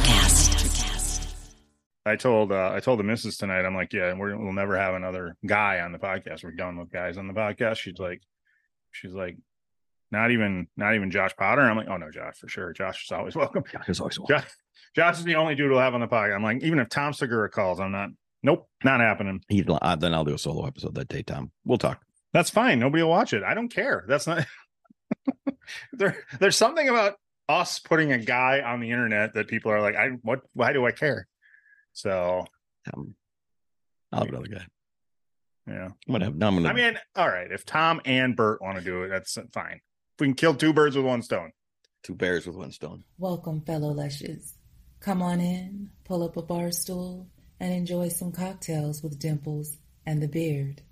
Electricast. I told uh, I told the missus tonight. I'm like, yeah, we're, we'll never have another guy on the podcast. We're done with guys on the podcast. She's like, she's like, not even not even Josh Potter. I'm like, oh no, Josh for sure. Josh is always welcome. There's always one. Yeah. Josh is the only dude we'll have on the podcast. I'm like, even if Tom Segura calls, I'm not. Nope, not happening. He, uh, then I'll do a solo episode that day, Tom. We'll talk. That's fine. Nobody will watch it. I don't care. That's not. there, there's something about us putting a guy on the internet that people are like, I what? Why do I care? So Um, I'll have another guy. yeah. I'm gonna have. No, I'm gonna. I mean, all right. If Tom and Bert want to do it, that's fine. If we can kill two birds with one stone. two bears with one stone. Welcome, fellow Lushes. Come on in, pull up a bar stool, and enjoy some cocktails with Dimples and the Beard.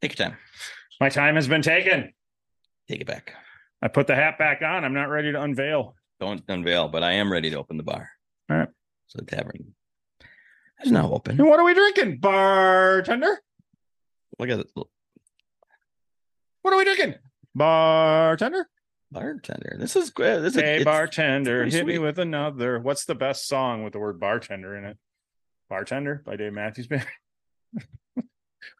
Take your time. My time has been taken. Take it back. I put the hat back on. I'm not ready to unveil. Don't unveil, but I am ready to open the bar. All right. So the tavern is now open. And what are we drinking, bartender? Look at the What are we drinking, bartender? bartender. This is good. This is Hey, it's- bartender, it's hit pretty me sweet. with another. What's the best song with the word bartender in it? Bartender by Dave Matthews Band,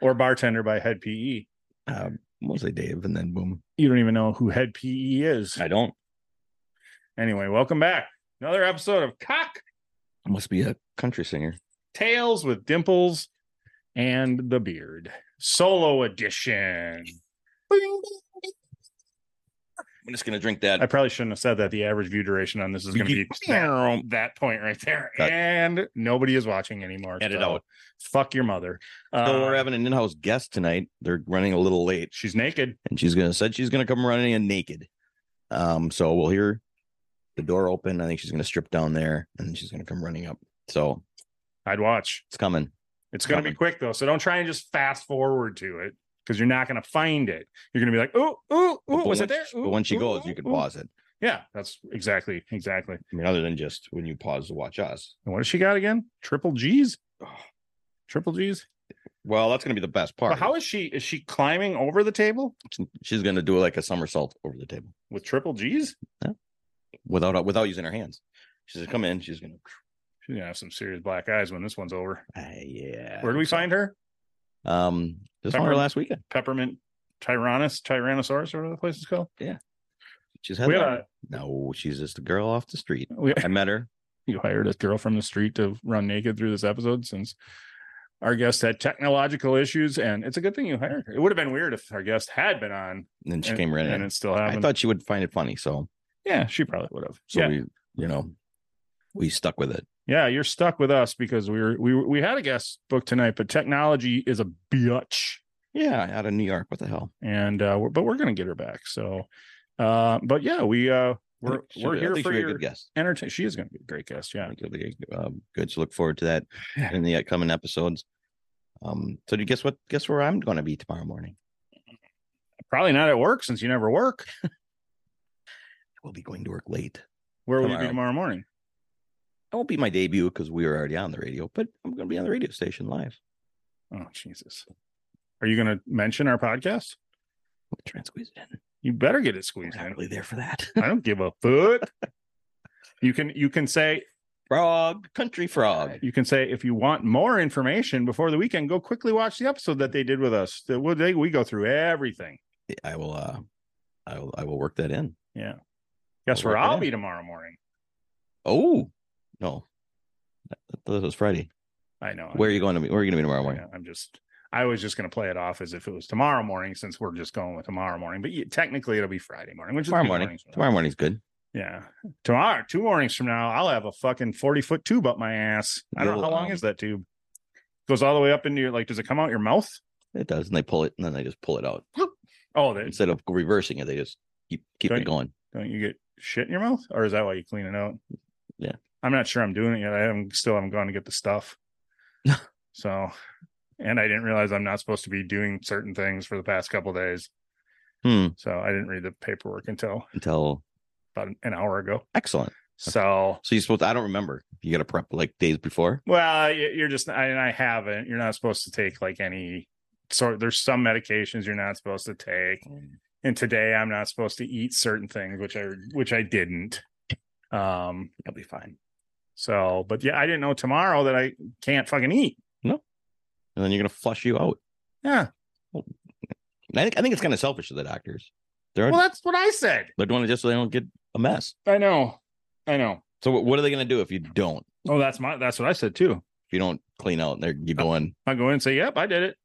or Bartender by Head PE. Uh, mostly Dave, and then boom. You don't even know who Head PE is. I don't. Anyway, welcome back. Another episode of Cock Must be a country singer. Tails with Dimples and the Beard. Solo edition. I'm just gonna drink that. I probably shouldn't have said that. The average view duration on this is going to be that, that point right there. Cut. And nobody is watching anymore. Edit so out. Fuck your mother. So we're Uh, having an in-house guest tonight. They're running a little late. she's naked. and she's gonna said she's gonna come running in naked. Um, so we'll hear the door open. I think she's gonna strip down there, and then she's gonna come running up. So I'd watch. it's coming. It's going to be Coming. quick though, so don't try and just fast forward to it because you're not going to find it. You're going to be like, ooh, ooh, ooh, But was when- it there? But when she Ooh, ooh, goes, you can ooh." pause it. Yeah, that's exactly, exactly. I mean, other than just when you pause to watch us. And what does she got again? Triple G's. Ugh. Triple G's. Well, that's gonna be the best part. But how is she? Is she climbing over the table she's gonna do like a somersault over the table with triple G's? without without using her hands? She's gonna come in. She's gonna. She's gonna have some serious black eyes when this one's over. Ah, yeah. Where do we find her? Um, just found her Pepper- last weekend. Peppermint Tyrannus, Tyrannosaurus, or whatever the place is called. She's We had. had a, No, she's just a girl off the street. we, I met her. you hired a girl from the street to run naked through this episode since our guest had technological issues, and it's a good thing you hired her. It would have been weird if our guest had been on And then she and, came right and in. it still I happened. thought she would find it funny. So yeah, she probably would have. So yeah, we, you know, we stuck with it. Yeah, you're stuck with us because we were we were- we had a guest book tonight, but technology is a bitch, Yeah, out of New York. What the hell? and uh, we're, but we're gonna get her back. So, uh, but yeah, we uh, we're She'll we're be- I here think for she'll be a your good guest. entertain. She is gonna be a great guest. I Yeah, think it'll be um, good. So look forward to that Yeah. in the upcoming episodes. Um, so do you guess what? Guess where I'm going to be tomorrow morning? probably not at work since you never work. I will be going to work late. Where will you be Tomorrow. tomorrow morning? It won't be my debut because we were already on the radio, but I'm going to be on the radio station live. Oh Jesus, are you gonna mention our podcast? We'll try and squeeze it in. You better get it We're squeezed not in. really there for that. I don't give a fuck. You can you can say frog, country frog. you can say if you want more information before the weekend, go quickly watch the episode that they did with us. That well, they we go through everything. I will. uh I will. I will work that in. Yeah. Guess We'll where work it I'll in. be tomorrow morning. Oh no, that was Friday. I know. Where are you going to be? Where are you going to be tomorrow I morning? know, I'm just. I was just going to play it off as if it was tomorrow morning, since we're just going with tomorrow morning. But you, technically, it'll be Friday morning, which tomorrow is two morning. mornings from now. Tomorrow morning's good. Yeah, tomorrow, two mornings from now, I'll have a fucking forty foot tube up my ass. I don't know how You'll, long um, is that tube. Goes all the way up into your like. Does it come out your mouth? It does, and they pull it, and then they just pull it out Oh, they, instead of reversing it. They just keep keep Don't it you- going. don't you get shit in your mouth, or is that why you clean it out? Yeah. I'm not sure I'm doing it yet. I haven't still haven't gone to get the stuff. so, and I didn't realize I'm not supposed to be doing certain things for the past couple of days. Hmm. So I didn't read the paperwork until Until about an hour ago. excellent. So, So you're supposed to, I don't remember. You got to prep like days before. well, you- you're just, I- and I haven't, you're not supposed to take like any sort, there's some medications you're not supposed to take. Mm. And today I'm not supposed to eat certain things, which I, which I didn't. Um, I'll be fine. so, but yeah, I didn't know tomorrow that I can't fucking eat. And then you're going to flush you out. Yeah. And I think, I think it's kind of selfish of the doctors. They're, Well, that's what I said. they're doing it just so they don't get a mess. I know. I know. So what, what are they going to do if you don't? Oh, that's my, that's what I said too. If you don't clean out and they're, you go in, I go in and say, yep, I did it.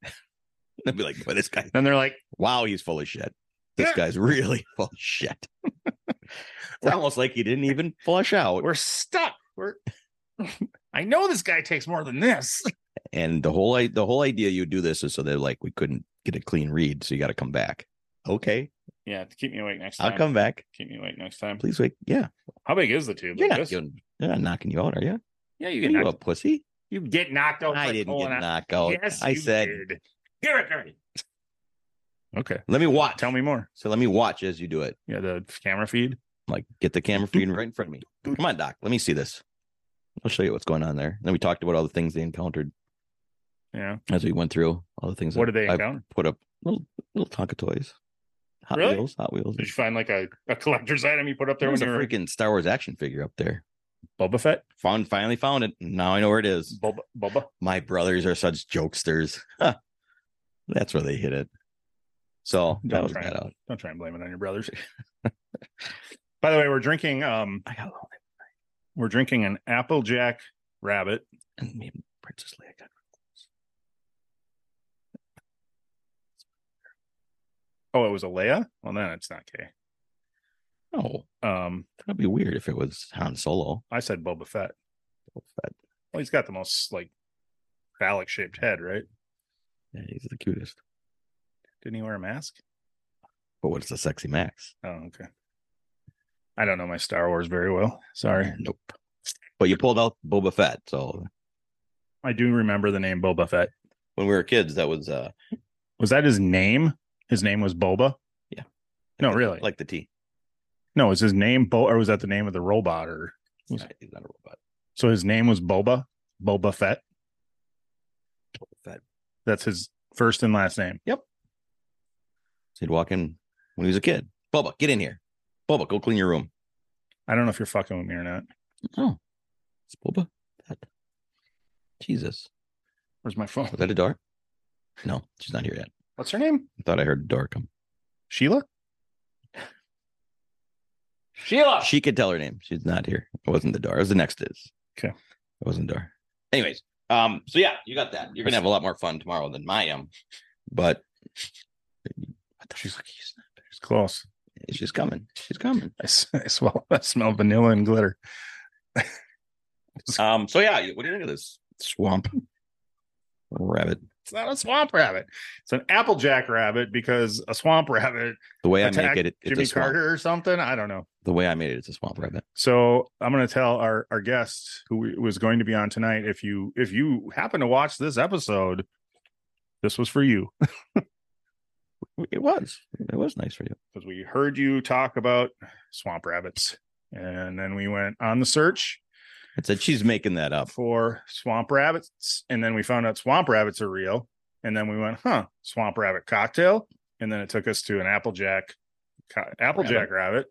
they'll be like, well, this guy, Then they're like, wow, he's full of shit. This Yeah. guy's really full of shit. it's almost like he didn't even flush out. we're stuck. We're I know this guy takes more than this. And the whole i- the whole idea you do this is so they're like, we couldn't get a clean read, so you got to come back. Okay, Yeah, to keep me awake next time. I'll come back. Keep me awake next time. Please wait. Yeah, How big is the tube? you're Like not this? doing, they're not knocking you out, are you? yeah, you You, get knocked. a pussy? You get knocked out. I by didn't Oh, pulling get out. knocked out. Yes, I you said, did. Give it to me. Okay. let me watch. Tell me more. So let me watch as you do it. Yeah, the camera feed. I'm like, get the camera feed right in front of me. Come on, doc. Let me see this. I'll show you what's going on there. And then we talked about all the things they encountered Yeah. as we went through all the things. What that did they I've encounter? put up little little Tonka toys, Hot Really? Wheels, Hot Wheels. Did you find like a, a collector's item you put up there There was a when you were freaking Star Wars action figure up there. Boba Fett? Found finally found it. Now I know where it is. Boba Boba. My brothers are such jokesters. Huh. That's where they hit it. So that Don't was try that it. out. Don't try and blame it on your brothers. By the way, we're drinking um I got lonely. we're drinking an Applejack rabbit. And me and Princess Leia got Oh, it was a Leia? Well then it's not gay. no. Um, Oh, That'd be weird if it was Han Solo. I said Boba Fett. But Well, he's got the most like phallic shaped head, right? yeah, he's the cutest. Didn't he wear a mask? But what's the sexy Max? Oh, okay. I don't know my Star Wars very well. Sorry. Nope. But you pulled out Boba Fett. So I do remember the name Boba Fett. when we were kids, that was uh Was that his name? His name was Boba? Yeah. No, really? like the T. No, is his name Bo or was that the name of the robot or He's not, he's not a robot. so his name was Boba? Boba Fett? Boba Fett. That's his first and last name. So he'd walk in when he was a kid. Bubba, get in here. Bubba, go clean your room. I don't know if you're fucking with me or not. Oh, it's Boba. Fett. Jesus. Where's my phone? Was that a door? No, she's not here yet. What's her name? I thought I heard a door come. Sheila? Sheila. She could tell her name. She's not here. It wasn't the door. It was the next is. Okay. It wasn't the door. Anyways, um, so yeah, you got that. You're gonna have a lot more fun tomorrow than I am. But what the fuck? She's, She's close. she's coming. She's coming. I, s- I smell, I smell vanilla and glitter. Um, so yeah, what do you think of this swamp rabbit? It's not a swamp rabbit. It's an applejack rabbit because a swamp rabbit The way I attacked make it, it- it's Jimmy a swamp. Carter or something. I don't know. The way I made it, it's a swamp rabbit. So I'm going to tell our our guest who was going to be on tonight. If you if you happen to watch this episode, this was for you It was. It was nice for you. because we heard you talk about swamp rabbits, and then we went on the search It said she's making that up. for swamp rabbits and then we found out swamp rabbits are real and then we went huh swamp rabbit cocktail and then it took us to an applejack co- applejack rabbit.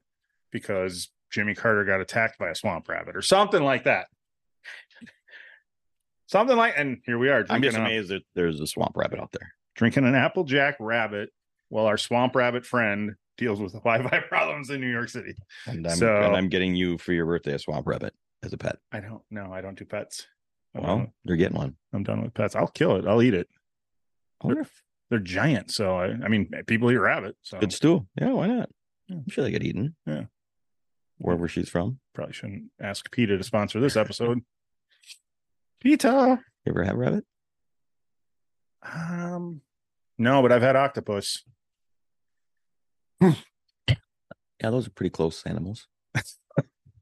because jimmy carter got attacked by a swamp rabbit or something like that something like and here we are I'm drinking, just a- amazed that there's a swamp rabbit out there. drinking an applejack rabbit while our swamp rabbit friend deals with wi-fi problems in new york city And I'm, So- and I'm getting you for your birthday a swamp rabbit as a pet. i don't know i don't do pets I'm done Well, with- you're getting one. i'm done with pets i'll kill it i'll eat it I wonder if they're giant. So I, I mean, people eat rabbit. So good stew. Yeah, why not? Yeah. I'm sure they get eaten. Yeah. Wherever she's from. probably shouldn't ask PETA to sponsor this episode. PETA. You ever have rabbit? Um, no, but I've had octopus. Yeah, those are pretty close animals.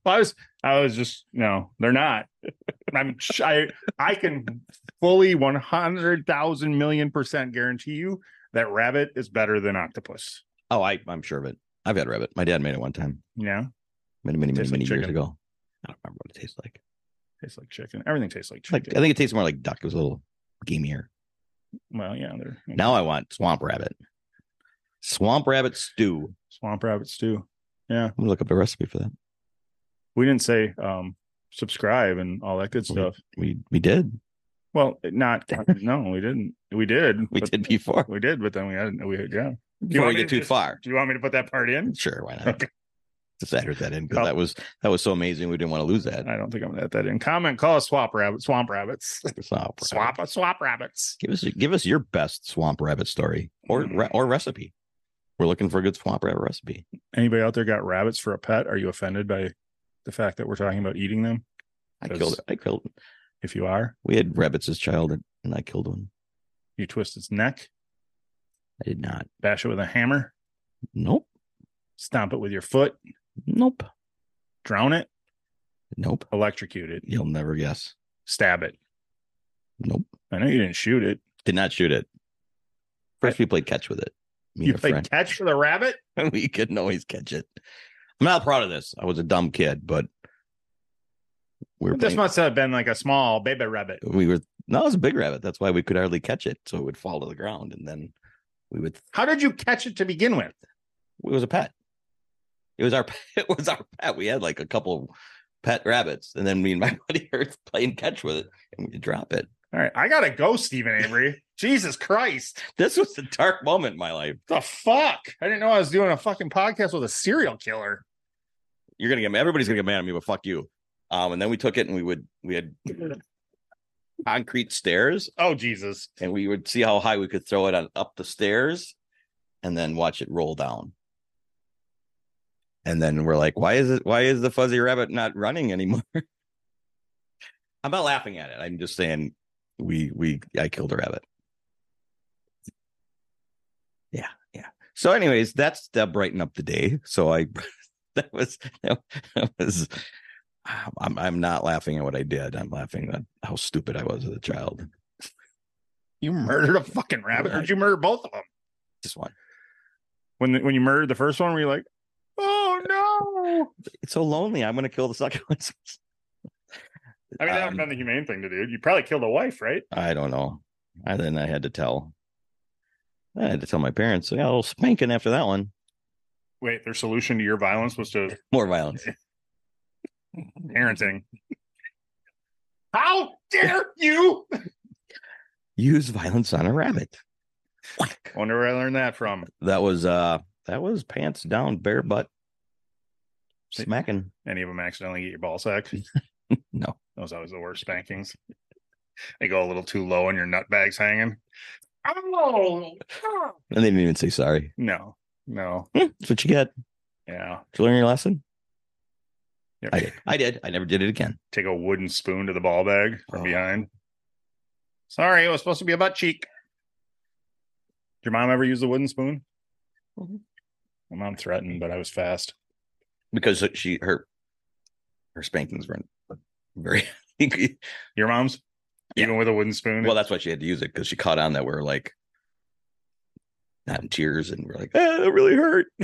Well, I was, I was just no, they're not. I'm, I, I can fully one hundred thousand million percent guarantee you that rabbit is better than octopus. Oh, I, I'm sure of it. I've had rabbit. My dad made it one time, You know, many, many, many, Tastes like many years chicken. ago. I don't remember what it tastes like. Tastes like chicken. Everything tastes like chicken. Like I think it tastes more like duck. It was a little gamier. well, yeah, they're Now I want swamp rabbit. Swamp rabbit stew. swamp rabbit stew. Yeah, I'm gonna look up the recipe for that. we didn't say um subscribe and all that good stuff. We we did. Well, not no, we didn't. We did. We but- did before. We did, but then we had we yeah. Before want we me get to too just- far. Do you want me to put that part in? Sure, why not? Okay. Just added that in Oh. because that was that was so amazing. We didn't want to lose that. I don't think I'm gonna add that in. Comment. Call us swamp rabbit. Swamp rabbits. Swamp. rabbit. Swap. Swap rabbits. Give us give us your best swamp rabbit story or Mm-hmm. re- or recipe. We're looking for a good swamp rabbit recipe. Anybody out there got rabbits for a pet? Are you offended by the fact that we're talking about eating them? I That's- killed it. I killed. It. If you are, We had rabbits as child, and, and I killed one. you twist its neck, I did not. bash it with a hammer, Nope. stomp it with your foot, Nope. drown it, Nope. electrocute it, You'll never guess. stab it. Nope. I know you didn't shoot it. Did not shoot it. First, we played catch with it. Me you and a played friend. catch for the rabbit. we couldn't always catch it. I'm not proud of this. I was a dumb kid, but we were This playing, must have been like a small baby rabbit. we were no, it was a big rabbit. That's why we could hardly catch it, so it would fall to the ground, and then we would. How did you catch it to begin with? It was a pet. It was our it was our pet. We had like a couple pet rabbits, and then me and my buddy were playing catch with it, and we'd drop it. All right, I gotta go, Stephen Avery. Jesus Christ, This was a dark moment in my life. the fuck! I didn't know I was doing a fucking podcast with a serial killer. You're gonna get mad. Everybody's gonna get mad at me, but fuck you. Um, and then we took it, and we would we had concrete stairs Oh Jesus! and we would see how high we could throw it on up the stairs and then watch it roll down and then we're like why is it why is the fuzzy rabbit not running anymore i'm not laughing at it i'm just saying we we i killed a rabbit yeah yeah so anyways that's that brighten up the day so i that was that was um, I'm I'm not laughing at what I did. I'm laughing at how stupid I was as a child. You murdered a fucking rabbit. Or did you murder both of them? Just one. When when you murdered the first one, were you like, oh no? it's so lonely. I'm gonna kill the second one. I mean, that would have Um, been the humane thing to do. You probably killed a wife, right? I don't know. I then I had to tell. I had to tell my parents. I got a little spanking after that one. Wait, their solution to your violence was to More violence. parenting. How dare you? I Use violence on a rabbit. wonder where I learned that from. That was uh that was pants down, bare butt. Smacking. Any of them accidentally get your ball sack? No. Those always the worst spankings. They go a little too low and your nut bag's hanging. Oh And they didn't even say sorry. no, no, Hmm, That's what you get. yeah. Did you learn your lesson? Yeah. I did. I did. I never did it again. Take a wooden spoon to the ball bag from Oh. behind. Sorry, it was supposed to be a butt cheek. Did your mom ever use the wooden spoon? Mhm. My mom threatened, but I was fast. Because she her her spankings weren't very Your mom's, Yeah. even with a wooden spoon. Well, that's why she had to use it because she caught on that we're like not in tears and we're like, ah, that really hurt.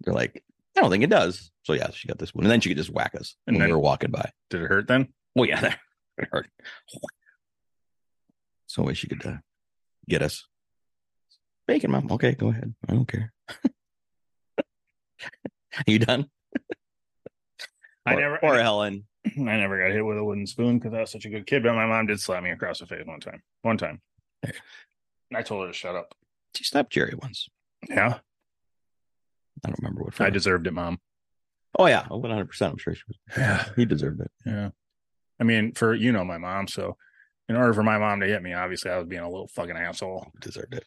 They're like, I don't think it does. So yeah, she got this one. And then she could just whack us And when then- we were walking by. did it hurt then? Well, yeah, that hurt. So way she could uh, get us. Bacon, mom. Okay, go ahead. I don't care. you done? I Or- never- Or Helen. I never got hit with a wooden spoon because I was such a good kid, but my mom did slap me across the face one time. One time. And I told her to shut up. She slapped Jerry once. Yeah. I don't remember what. I for. deserved it, mom. Oh yeah, one hundred percent. I'm sure she was. Yeah. He deserved it. Yeah. I mean, for you know my mom, so in order for my mom to hit me, obviously I was being a little fucking asshole. Deserved it.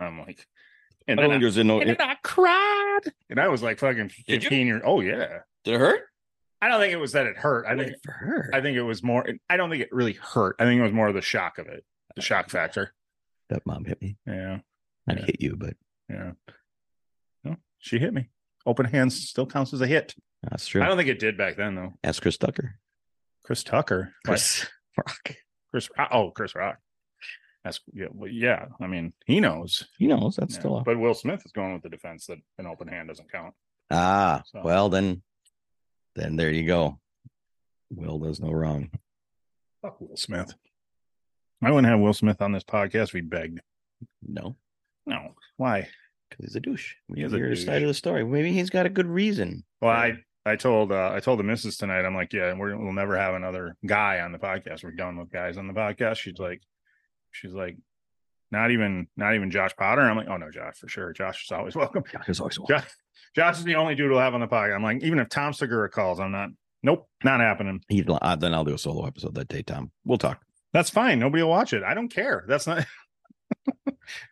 I'm like and I then don't I, think there's no. and then I cried. And I was like fucking Did you? fifteen years oh yeah. Did it hurt? I don't think it was that it hurt. I think for her. I think it was more I don't think it really hurt. I think it was more of the shock of it. The shock factor. that mom hit me. Yeah. I Yeah. hit you, but Yeah. No, she hit me. Open hands still counts as a hit. that's true. I don't think it did back then though. Ask Chris Tucker. Chris Tucker. What? Chris Rock. Chris Rock. Oh, Chris Rock. That's yeah, well, yeah. I mean, he knows. He knows that's Yeah. still up. But Will Smith is going with the defense that an open hand doesn't count. Ah, So- well then, then there you go. Will does no wrong. Fuck Will Smith. I wouldn't have Will Smith on this podcast if he begged. No, No. Why? because he's a douche. We He is a hear his douche. side of the story. Maybe he's got a good reason. Well, for it. I I told uh, I told the missus tonight. I'm like, yeah, we're, we'll never have another guy on the podcast. We're done with guys on the podcast. She's like, she's like, not even not even Josh Potter. I'm like, oh no, Josh for sure. Josh is always welcome. God, he's always Josh, Josh is the only dude we'll have on the podcast. I'm like, even if Tom Segura calls, I'm not. Nope, not happening. He, uh, then I'll do a solo episode that day, Tom. We'll talk. That's fine. Nobody will watch it. I don't care. That's not.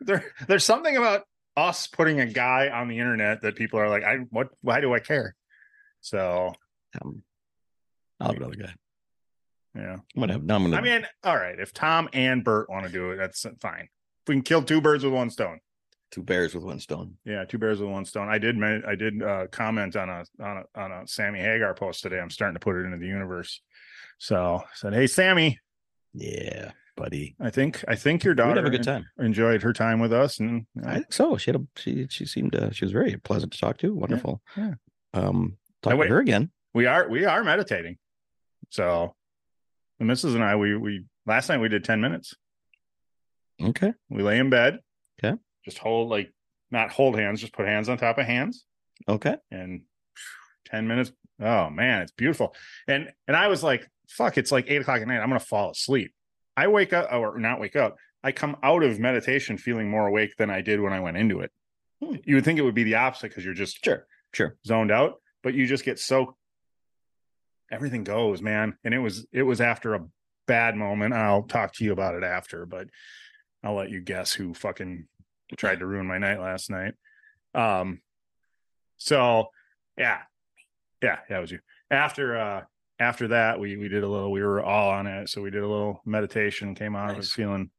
there, there's something about us putting a guy on the internet that people are like, I what? Why do I care? So Um, I'll have another guy. yeah. I'm gonna have. No, I'm gonna. I mean, all right. If Tom and Bert want to do it, that's fine. If we can kill two birds with one stone, two bears with one stone. yeah, two bears with one stone. I did, ma- I did uh, comment on a on a on a Sammy Hagar post today. I'm starting to put it into the universe. So I said, hey, Sammy, Yeah, buddy. I think I think your We'd daughter have a good time. en- enjoyed her time with us, and uh, I think so. She had a she she seemed uh, she was very pleasant to talk to. Wonderful. yeah. Um talk wait. to her again. we are we are meditating. So the missus and I, we we last night we did ten minutes. Okay. We lay in bed. Okay. Just hold like not hold hands, just put hands on top of hands. Okay. and 10 minutes oh man it's beautiful and and i was like fuck it's like eight o'clock at night i'm gonna fall asleep i wake up or not wake up i come out of meditation feeling more awake than i did when i went into it Hmm. you would think it would be the opposite because you're just Sure. Sure. zoned out but you just get so everything goes man and it was it was after a bad moment i'll talk to you about it after but i'll let you guess who fucking tried to ruin my night last night um so yeah yeah that was you after uh after that we we did a little we were all on it so we did a little meditation came out of it Nice. feeling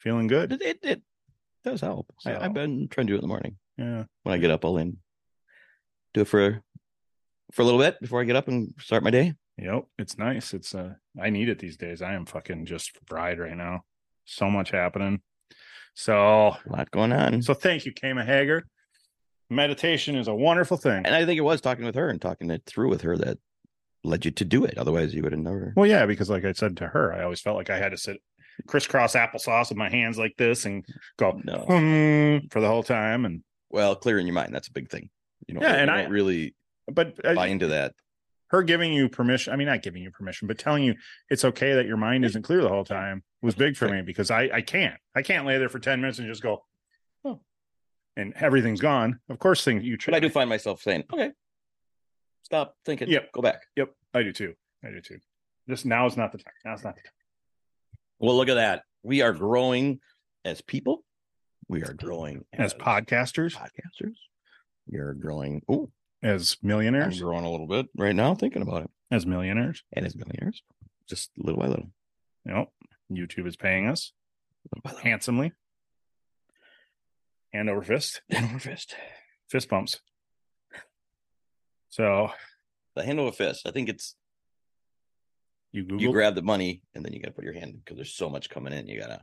feeling good It it, it does help. So- I, I've been trying to do it in the morning. yeah When I get up, I'll in do it for for a little bit before I get up and start my day. Yep, it's nice. It's uh I need it these days. I am fucking just fried right now. So much happening. So A lot going on. so thank you, Kama Hager. Meditation is a wonderful thing. and I think it was talking with her and talking it through with her that led you to do it. Otherwise you would have never Well, yeah, because like I said to her, I always felt like I had to sit crisscross applesauce with my hands like this and go No. "Hmm," for the whole time. And Well, clearing your mind, that's a big thing. You know, Yeah, you and don't I- really but uh, I- buy into that. her giving you permission i mean not giving you permission but telling you it's okay that your mind isn't clear the whole time was big for me because i i can't i can't lay there for 10 minutes and just go oh and everything's gone of course things you But I do find myself saying, okay, stop thinking. Yep. Go back. yep i do too i do too just now is not the time now it's not the time Well, look at that. We are growing as people. We are growing as podcasters podcasters. We are growing. Oh, as I'm millionaires growing a little bit right now thinking about it. as millionaires And as millionaires, just little by little. yep youtube is paying us little by little. handsomely hand over fist Hand over fist. fist bumps so The hand over fist. I think it's you google you grab the money and then you got to put your hand because there's so much coming in. You got to,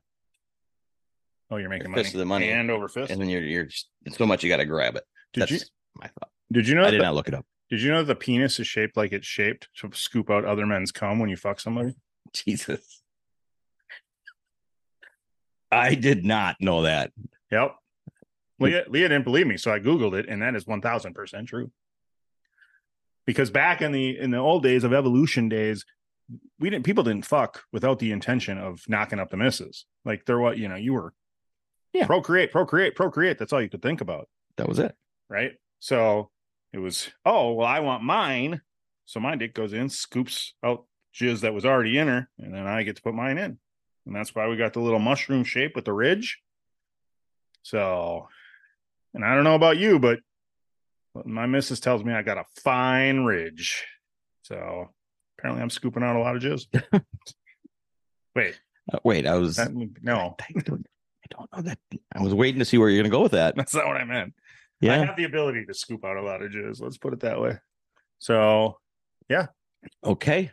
oh you're making your money. fist of the money. hand over fist and then you're, you're just, it's so much you got to grab it. did that's you my thought. Did you know? I that did the- not look it up. did you know that the penis is shaped like it's shaped to scoop out other men's cum when you fuck somebody? Jesus. I did not know that. Yep. Hmm. Leah, Leah didn't believe me, so I googled it, and that is one thousand percent true. Because back in the in the old days of evolution days, we didn't people didn't fuck without the intention of knocking up the misses. Like there was, you know, you were Yeah. procreate, procreate, procreate. That's all you could think about. That was it. right? So it was, oh well, I want mine. So my dick goes in, scoops out jizz that was already in her, and then I get to put mine in. And that's why we got the little mushroom shape with the ridge. So, and I don't know about you, but my missus tells me I got a fine ridge. So apparently I'm scooping out a lot of jizz. Wait, Uh, wait, I was. that, no, I don't, I don't know that. I was waiting to see where you're going to go with that. that's not what I meant. I Yeah. have the ability to scoop out a lot of jizz. Let's put it that way. So Okay.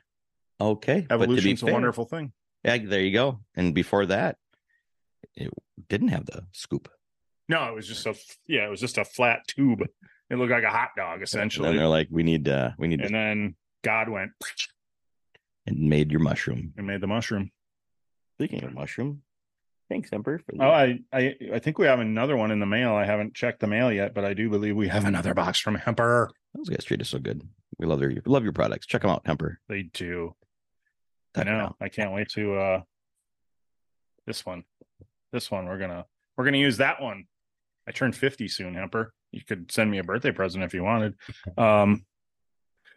Okay. But to be evolution's a fair- wonderful thing. Yeah, there you go. And before that, it didn't have the scoop. No, it was just a yeah, it was just a flat tube. It looked like a hot dog And then essentially. they're like, we need, uh, we need. And then God went and made your mushroom. We made the mushroom. uh, Speaking of mushroom, thanks Emperor. For Oh, I, I I think we have another one in the mail. I haven't checked the mail yet, but I do believe we have another box from Hemper. those guys treat us so good. We love their love your products. Check them out, Emperor. They do. I Check 'em know. out. I can't wait to uh this one. This one we're gonna we're gonna use that one. I turn 50 soon, Hemper. You could send me a birthday present if you wanted. Um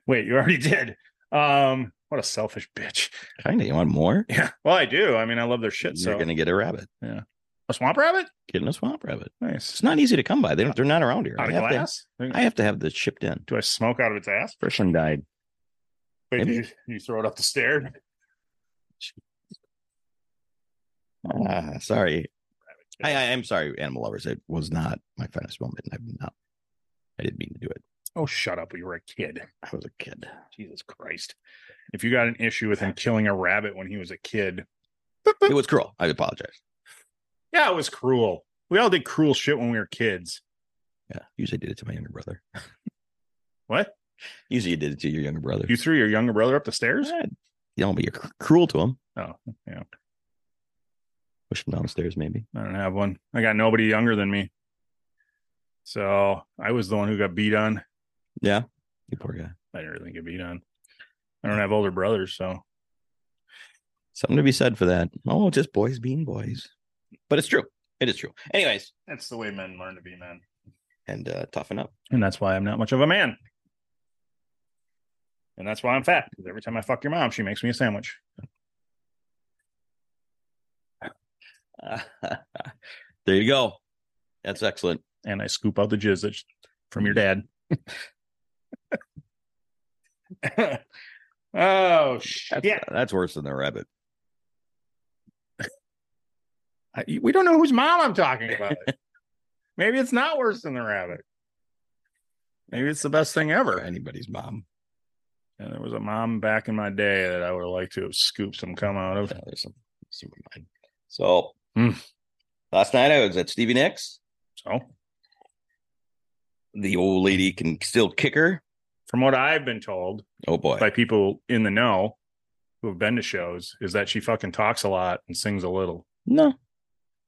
wait, you already did. Um what a selfish bitch. Kinda. You want more? Yeah. Well, I do. I mean, I love their shit. You're so gonna get a rabbit. a swamp rabbit? Getting a swamp rabbit. Nice. It's not easy to come by. They don't, they're not around here. Out I of have, to, glass? I think- I have to have this shipped in. do I smoke out of its ass? First one died. Wait, Maybe. did you, you throw it up the stairs? Ah, sorry. I, I am sorry, animal lovers. It was not my finest moment. I'm not. I didn't mean to do it. Oh, shut up. You were a kid. I was a kid. Jesus Christ. If you got an issue with him killing a rabbit when he was a kid, It was cruel. I apologize. yeah, it was cruel. We all did cruel shit when we were kids. Yeah. Usually I did it to my younger brother. What? Usually you did it to your younger brother. You threw your younger brother up the stairs? Eh, You don't be cr- cruel to him. Oh, yeah. Push him downstairs, maybe. I don't have one. I got nobody younger than me. So I was the one who got beat on. Yeah. You poor guy. I didn't really get beat on. I don't have older brothers, so Something to be said for that. Oh, just boys being boys. But it's true. It is true. Anyways, that's the way men learn to be men. and uh, toughen up. And that's why I'm not much of a man. And that's why I'm fat. Because every time I fuck your mom, she makes me a sandwich. there you go. That's excellent. And I scoop out the jizz that's from your dad. oh shit. That's, that's worse than the rabbit. I- we don't know whose mom I'm talking about. Maybe it's not worse than the rabbit. Maybe it's the best thing Or ever. anybody's mom. And there was a mom back in my day that I would like to have scooped some cum out of. Yeah, there's some, some of mine. So Hmm. last night I was at Stevie Nicks. So The old lady can still kick her. from what I've been told, Oh boy. by people in the know who have been to shows is that she fucking talks a lot and sings a little. no.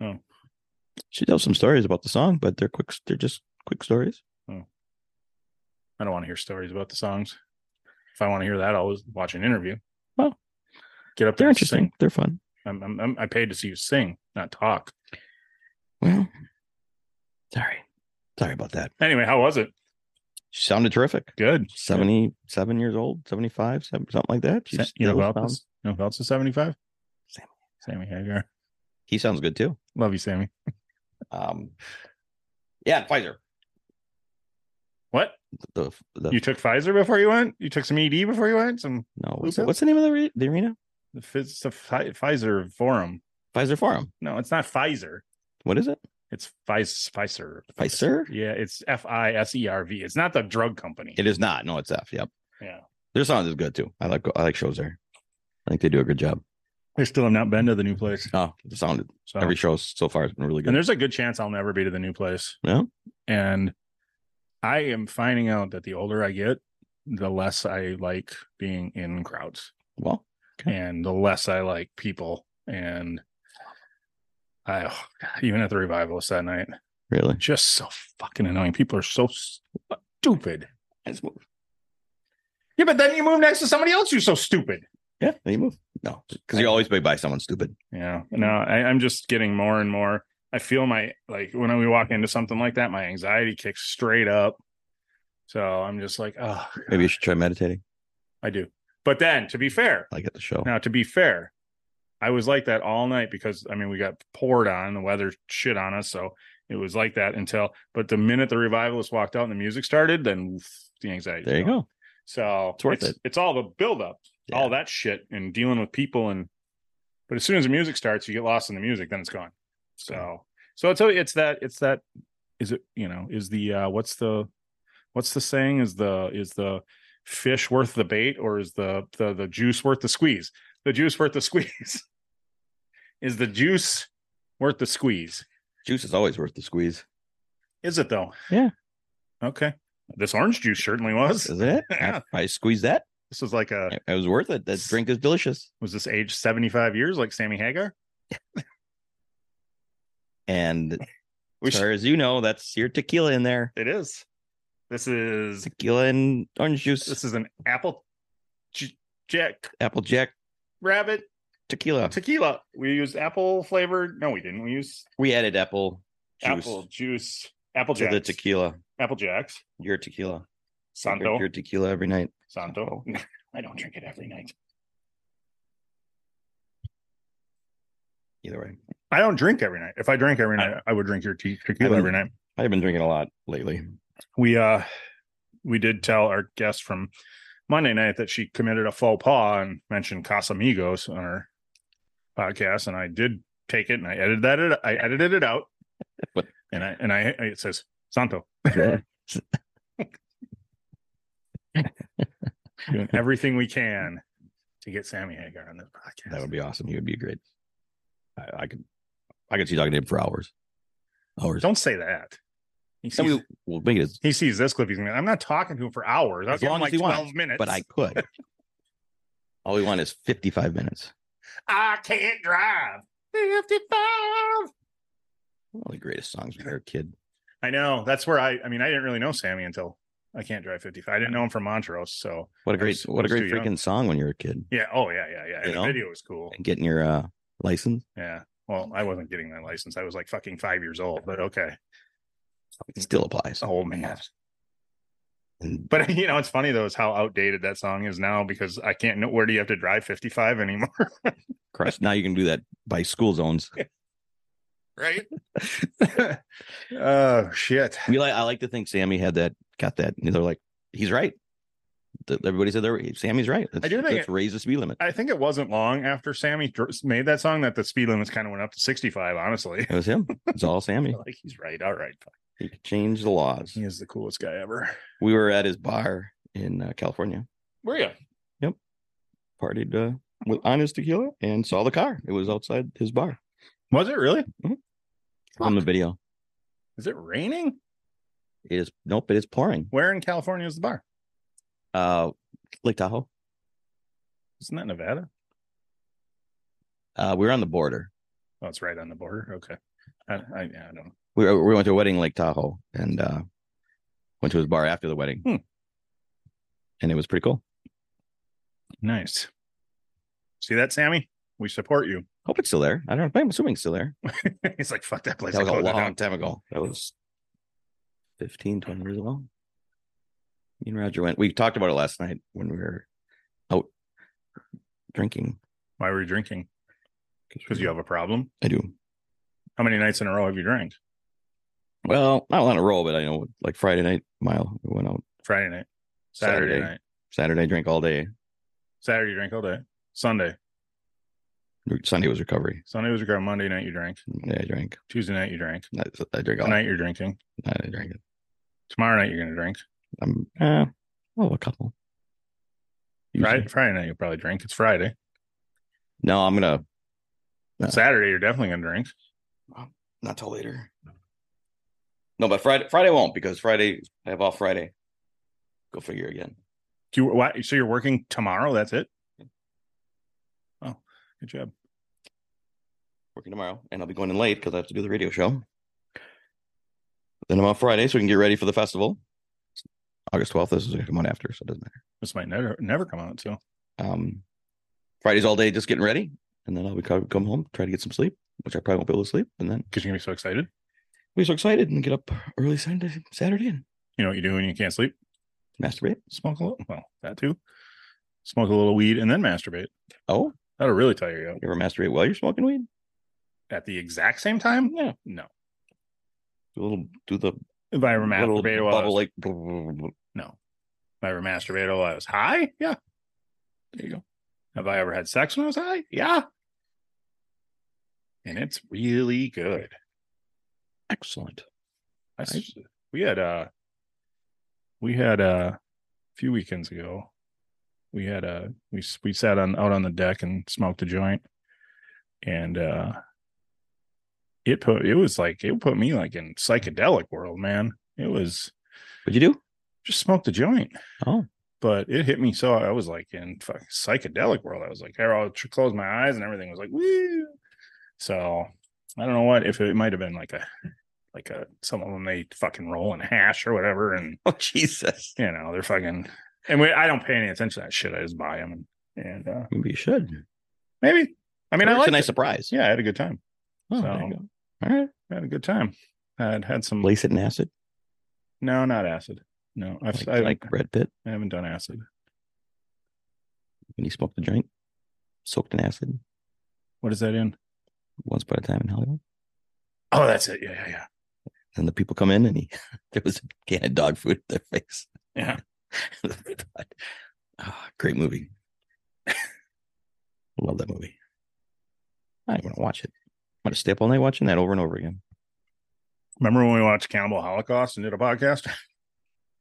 Oh. She tells some stories about the song, but they're quick they're just quick stories. I don't want to hear stories about the songs. If I want to hear that, I'll just watch an interview. Well, get up there They're and sing. interesting. They're fun. I'm, I'm, I'm, I paid to see you sing, not talk. Well. Sorry. Sorry about that. Anyway, how was it? She sounded terrific. Good. 77 years old, 75, some- something like that. She Sa- you know who still else? sounds- is- You know who else is 75? Sammy. Sammy Hagar. he sounds good too. Love you, Sammy. Um, yeah, Pfizer. What? The, the You took Pfizer before you went? You took some ED before you went? Some no, what's, Luca? what's the name of the, re- the arena? the, phys- the Pfi- Pfizer forum. Pfizer Forum. No, it's not Pfizer. What is it? It's Pfiz- Pfizer. Pfizer? Yeah, it's F I S E R V. It's not the drug company. It is not. No, it's F. Yep. Yeah. Their sound is good too. I like I like shows there. I think they do a good job. I still have not been to the new place. Oh, the sound So every show so far has been really and good. there's a good chance I'll never be to the new place. Yeah. And I am finding out that the older I get, the less I like being in crowds Well, Okay. and the less I like people. And I oh, God, even at the revivalist that night, really. just so fucking annoying. People are so stupid. Let's move. Yeah, but then you move next to somebody else who's so stupid. Yeah, then you move. No, because you're always made by someone stupid. Yeah. No, I, I'm just getting more and more. I feel my like when we walk into something like that, my anxiety kicks straight up. So I'm just like, oh, Maybe you should try meditating. I do. But then, to be fair, Like at the show. now to be fair, I was like that all night because I mean we got poured on the weather shit on us, so it was like that until. But the minute the revivalist walked out and the music started, then oof, the anxiety. There you go. So It's worth it's, it. it's all the buildup, Yeah. all that shit, and dealing with people. And but as soon as the music starts, you get lost in the music, then it's gone. So so it's it's that it's that is it you know is the uh, what's the what's the saying is the is the fish worth the bait or is the the the juice worth the squeeze? The juice worth the squeeze. is the juice worth the squeeze? Juice is always worth the squeeze, Is it though? Yeah. Okay. This orange juice certainly was. isn't it? Yeah. I, I squeeze that. This is like a It, it was worth it. That drink is delicious. was this age seventy five years like Sammy Hagar? And We as far as you know, that's your tequila in there. should- it is. This is Tequila and orange juice, this is an apple j- jack applejack rabbit tequila. tequila. We used apple flavored. No, we didn't. We used we added apple juice apple juice, apple to the jacks, tequila. apple jacks, Your tequila. I drink Santo, Your tequila every night. Santo. I don't drink it every night. Either way, I don't drink every night. If I drank every I- night, I would drink your te- tequila I every night. I've been drinking a lot lately. We uh we did tell our guest from Monday night that she committed a faux pas and mentioned Casamigos on our podcast, and I did take it and I edited that it I edited it out, What? and I and I it says Santo doing everything we can to get Sammy Hagar on this podcast. That would be awesome. He would be great. I, I could, I could see talking to him for hours. Hours. Don't say that. He And sees, we, we'll make it as, he sees this clip. He's gonna. I'm not talking to him for hours. I'll As give long him as like he wants, 12 minutes. but I could. All we want is fifty-five minutes. I can't drive. 55. One of the greatest songs we ever kid. I know. That's where I. I mean, I didn't really know Sammy until I can't drive 55. I didn't know him from Montrose. So What a I great, was- what I a was great too young. freaking song when you were a kid. yeah. Oh yeah, yeah, yeah. You And know? the video was cool. And getting your uh, license. Yeah. Well, I wasn't getting my license. I was like fucking five years old. But okay. It still applies. Oh man. And But you know, it's funny though, is how outdated that song is now because I can't know where do you have to drive 55 anymore. Christ, now you can do that by school zones. right? oh shit. We like. I like to think Sammy had that, got that. And they're like, he's right. Th- Everybody said they're Sammy's right. Let's, I do think let's raise the speed limit. I think it wasn't long after Sammy dr- made that song that the speed limits kind of went up to 65, honestly. It was him. It's all Sammy. like he's right. All right. He could change the laws. He is the coolest guy ever. We were at his bar in uh, California, Where you? partied uh, with on his tequila, and saw the car. It was outside his bar Was it really? on the video. Is it raining? It is nope. It is pouring. Where in California is the bar? Uh, Lake Tahoe. Isn't that Nevada? Uh, we were on the border. Oh, it's right on the border. Okay. I, I, I don't know. We uh, we went to a wedding in Lake Tahoe and uh, went to his bar after the wedding, Hmm. and it was pretty cool. Nice. See that, Sammy? We support you. Hope it's still there. I don't. I'm assuming it's still there. He's like, fuck that place. That was I a closed it long down. time ago. That was 15, 20 years ago. Me and Roger went. We talked about it last night when we were out drinking. Why were you drinking? Because you have a problem. I do. How many nights in a row have you drank? Well, not on a roll, but I know like Friday night, mile we went out. Friday night, Saturday, Saturday, Saturday, night, I drank all day. Saturday you drank all day. Sunday, Sunday was recovery. Sunday was your girl. Monday night you drank. Monday I drank. Tuesday night you drank. I, I drank all night. Tonight you're drinking. I drank it. Tomorrow night you're gonna drink. I'm uh, oh a couple. Usually. Friday, Friday night you'll probably drink. It's Friday. No, I'm gonna Yeah. Saturday you're definitely gonna drink. not till later. No, but Friday Friday won't because Friday I have off Friday. Go figure again. Do you why, so you're working tomorrow? That's it. Oh, good job. Working tomorrow, and I'll be going in late because I have to do the radio show. Then I'm off Friday, so we can get ready for the festival. August twelfth. This is gonna come on after, so it doesn't matter. This might never never come out. So Um, Friday's all day just getting ready, and then I'll be co- come home, try to get some sleep, which I probably won't be able to sleep, and then because you're gonna be so excited. we're so excited and get up early Sunday, Saturday, and You know what you do when you can't sleep? masturbate. Smoke a little. Well, that too. Smoke a little weed and then masturbate. Oh, That'll really tire you out. you ever masturbate while you're smoking weed? At the exact same time? Yeah. No. Do a little, do the If I ever little masturbated while I was bubble, like blah, blah, blah, blah. No. If I ever masturbated while I was high, yeah. There you go. Have I ever had sex when I was high? Yeah. And it's really good. excellent. I s- we had uh we had uh a few weekends ago. We had uh we s- we sat on out on the deck and smoked a joint, and uh it put it was like it put me like in psychedelic world, man. It was What'd you do? just smoked a joint. Oh, but it hit me so I was like in fucking psychedelic world. I was like, I would tr- close my eyes and everything was like, woo. So I don't know what if it might have been like a like a some of them they fucking roll in hash or whatever, and Oh Jesus! you know they're fucking. And we, I don't pay any attention to that shit. I just buy them and, and uh, Maybe you should. maybe. I mean, I It's like a nice it. surprise. Yeah, I had a good time. So- Oh, there you go. All right. I had a good time. I had had some. Lace it in acid, No, not acid. No, I've, like, I, haven't- like Brad Pitt I haven't done acid. when he smoked a joint, soaked in acid. What is that in? Once upon a time in Hollywood. Oh, that's it. Yeah, yeah, yeah. And the people come in and he there was a can of dog food in their face. Yeah. Ah, great movie. Love that movie. I want to watch it. I'm gonna stay up all night watching that over and over again. Remember when we watched Cannibal Holocaust and did a podcast?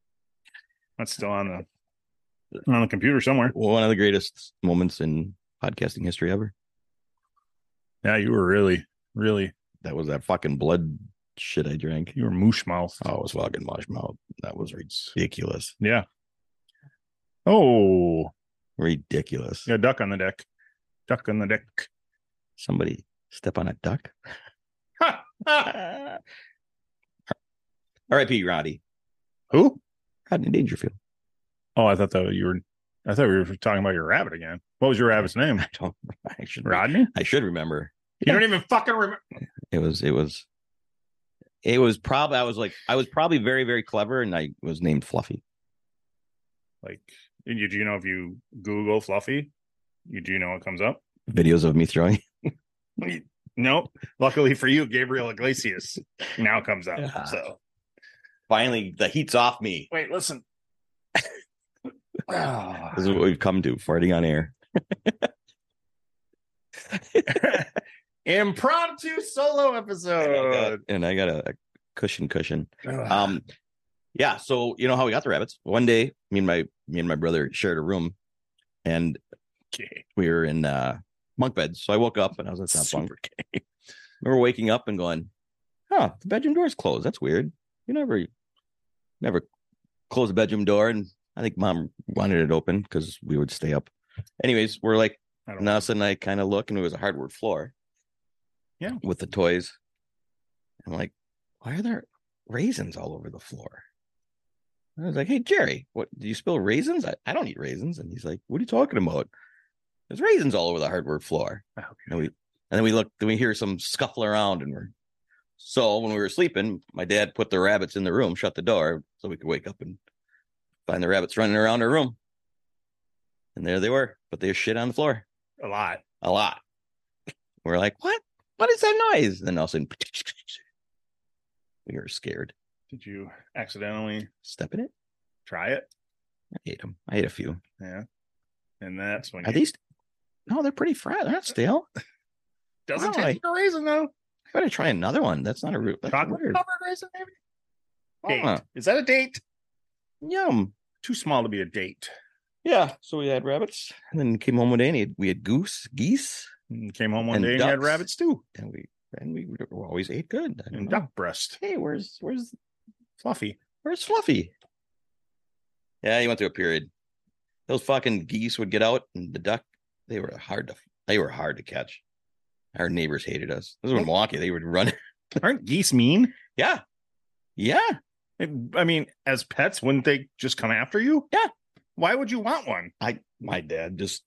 That's still on the on the computer somewhere. One of the greatest moments in podcasting history ever. Yeah, you were really, really, That was that fucking blood shit I drank. you were moosh mouth. Oh, it was fucking mush mouth. That was ridiculous. Yeah. Oh, Ridiculous. yeah, duck on the deck. Duck on the deck. Somebody step on a duck. Ha! R.I.P. Roddy. Who? Rodney Dangerfield. Oh, I thought that you were. I thought we were talking about your rabbit again. What was your rabbit's name? I don't. I should. Rodney. I should remember. You don't even fucking remember. It was. It was. It was probably. I was like. I was probably very, very clever, and I was named Fluffy. Like, and you, do you know if you Google Fluffy, you do know what comes up? Videos of me throwing. Nope. Luckily for you, Gabriel Iglesias now comes up. Yeah. So Finally, the heat's off me. wait, listen. This is what we've come to. Farting on air. Impromptu solo And I got- episode. and I got a, a cushion, cushion. Ugh. Um, yeah. So you know how we got the rabbits? One day, me and my me and my brother shared a room, and Okay. we were in uh bunk beds. So I woke up and I was at that bunk. Super gay. remember waking up and going, huh, the bedroom door's closed. That's weird. You never, never close the bedroom door. And I think mom wanted it open because we would stay up. Anyways, we're like, I don't and all of a sudden I kind of look and it was a hardwood floor. Yeah. With the toys. I'm like, why are there raisins all over the floor? And I was like, hey, Jerry, what do you spill raisins? I, I don't eat raisins. And he's like, what are you talking about? There's raisins all over the hardwood floor. Okay. And we and then we look, then we hear some scuffle around and we're so when we were sleeping, my dad put the rabbits in the room, shut the door so we could wake up and find the rabbits running around our room. And there they were, but they shit on the floor a lot. a lot. We're like, what? What is that noise? And then all of a sudden, we were scared. Did you accidentally Step in it. try it? I ate them. I ate a few. Yeah. And that's when Are you these? No, they're pretty fried. They're not stale. doesn't Why? taste like a raisin though. I gotta try another one. That's not a root. That's Chocolate weird. covered raisin, maybe. Date. Huh. Is that a date? Yum. Too small to be a date. Yeah. So we had rabbits, and then came home one day and he- we had goose, geese, And came home one And day and you had ducks. rabbits too. and we and we always ate good. I don't And know. duck breast. Hey, where's where's Fluffy. Where's Fluffy? Yeah, he went through a period. Those fucking geese would get out, and the duck they were hard to they were hard to catch. Our neighbors hated us. This was in Milwaukee. They would run. Aren't geese mean? Yeah, yeah. I mean, as pets, wouldn't they just come after you? Yeah. Why would you want one? I my dad just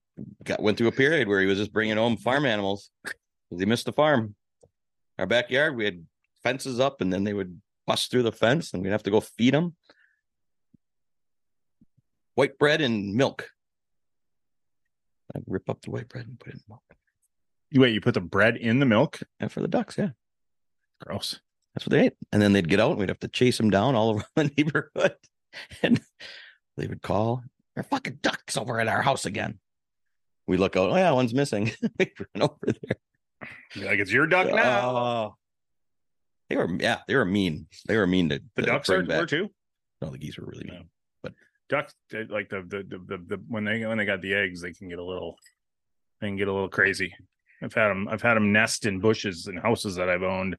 got went through a period where he was just bringing home farm animals. 'cause He missed the farm. Our backyard, we had fences up, and then they would bust through the fence, and we'd have to go feed them white bread and milk. I'd rip up the white bread and put it in milk. You wait, you put the bread in the milk? And for the ducks, yeah. Gross. That's what they ate. And then they'd get out and we'd have to chase them down all around the neighborhood. And they would call, there are fucking ducks over at our house again. We look out, oh yeah, one's missing. we run over there. You're Like it's your duck now. Oh. They were yeah, they were mean. They were mean to the to ducks bring are were too. No, the geese were really mean. No. Ducks they- like the the, the the the when they when they got the eggs, they can get a little they can get a little crazy. I've had them I've had them nest in bushes and houses that I've owned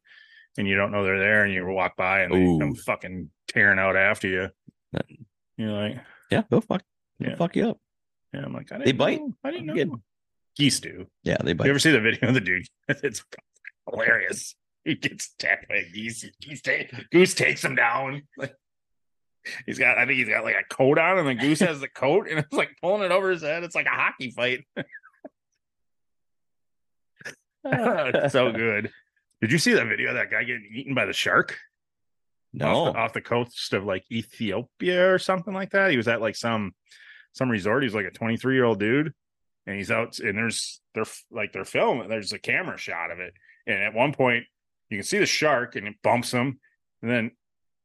and you don't know they're there and you walk by and they Ooh. come fucking tearing out after you. That- You're like, Yeah, go fuck. They'll Yeah. fuck you up. Yeah, I'm like, I didn't They bite. know. I didn't know. Good. Geese do. Yeah, they bite. You ever see the video of the dude? It's hilarious. He gets attacked by a geese. Geese take, goose takes him down. Like he's got, I think he's got like a coat on, and the goose has the coat, and it's like pulling it over his head. It's like a hockey fight. it's so good. Did you see that video of that guy getting eaten by the shark? no. off, Oh. the, off the coast of like Ethiopia or something like that. He was at like some some resort. He's like a 23 year old dude, and he's out and there's they're f- like they're filming. There's a camera shot of it, and at one point you can see the shark and it bumps him, and then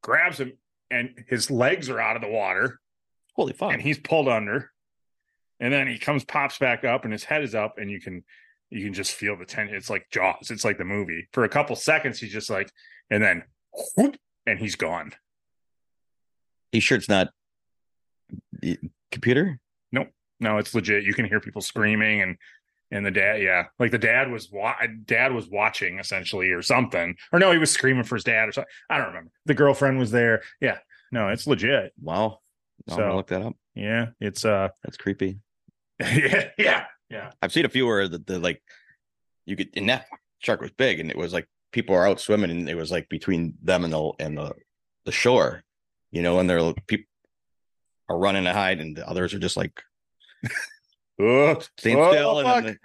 grabs him, and his legs are out of the water, Holy fuck. and he's pulled under, and then he comes pops back up, and his head is up, and you can. You can just feel the tension. It's like Jaws. It's like the movie. For a couple seconds, he's just like, and then, whoop, and he's gone. He sure it's not y- computer? no it's legit you can hear people screaming and and the dad yeah like the dad was wa- dad was watching essentially or something or no he was screaming for his dad or something i don't remember the girlfriend was there yeah no it's legit Wow. No, I'm So- gonna look that up. yeah it's uh That's creepy. yeah yeah yeah I've seen a few where the, the like you could and that shark was big and it was like people are out swimming and it was like between them and the and the, the shore, you know, and they're people are running to hide and the others are just like oh, staying oh, still and then, fuck. the-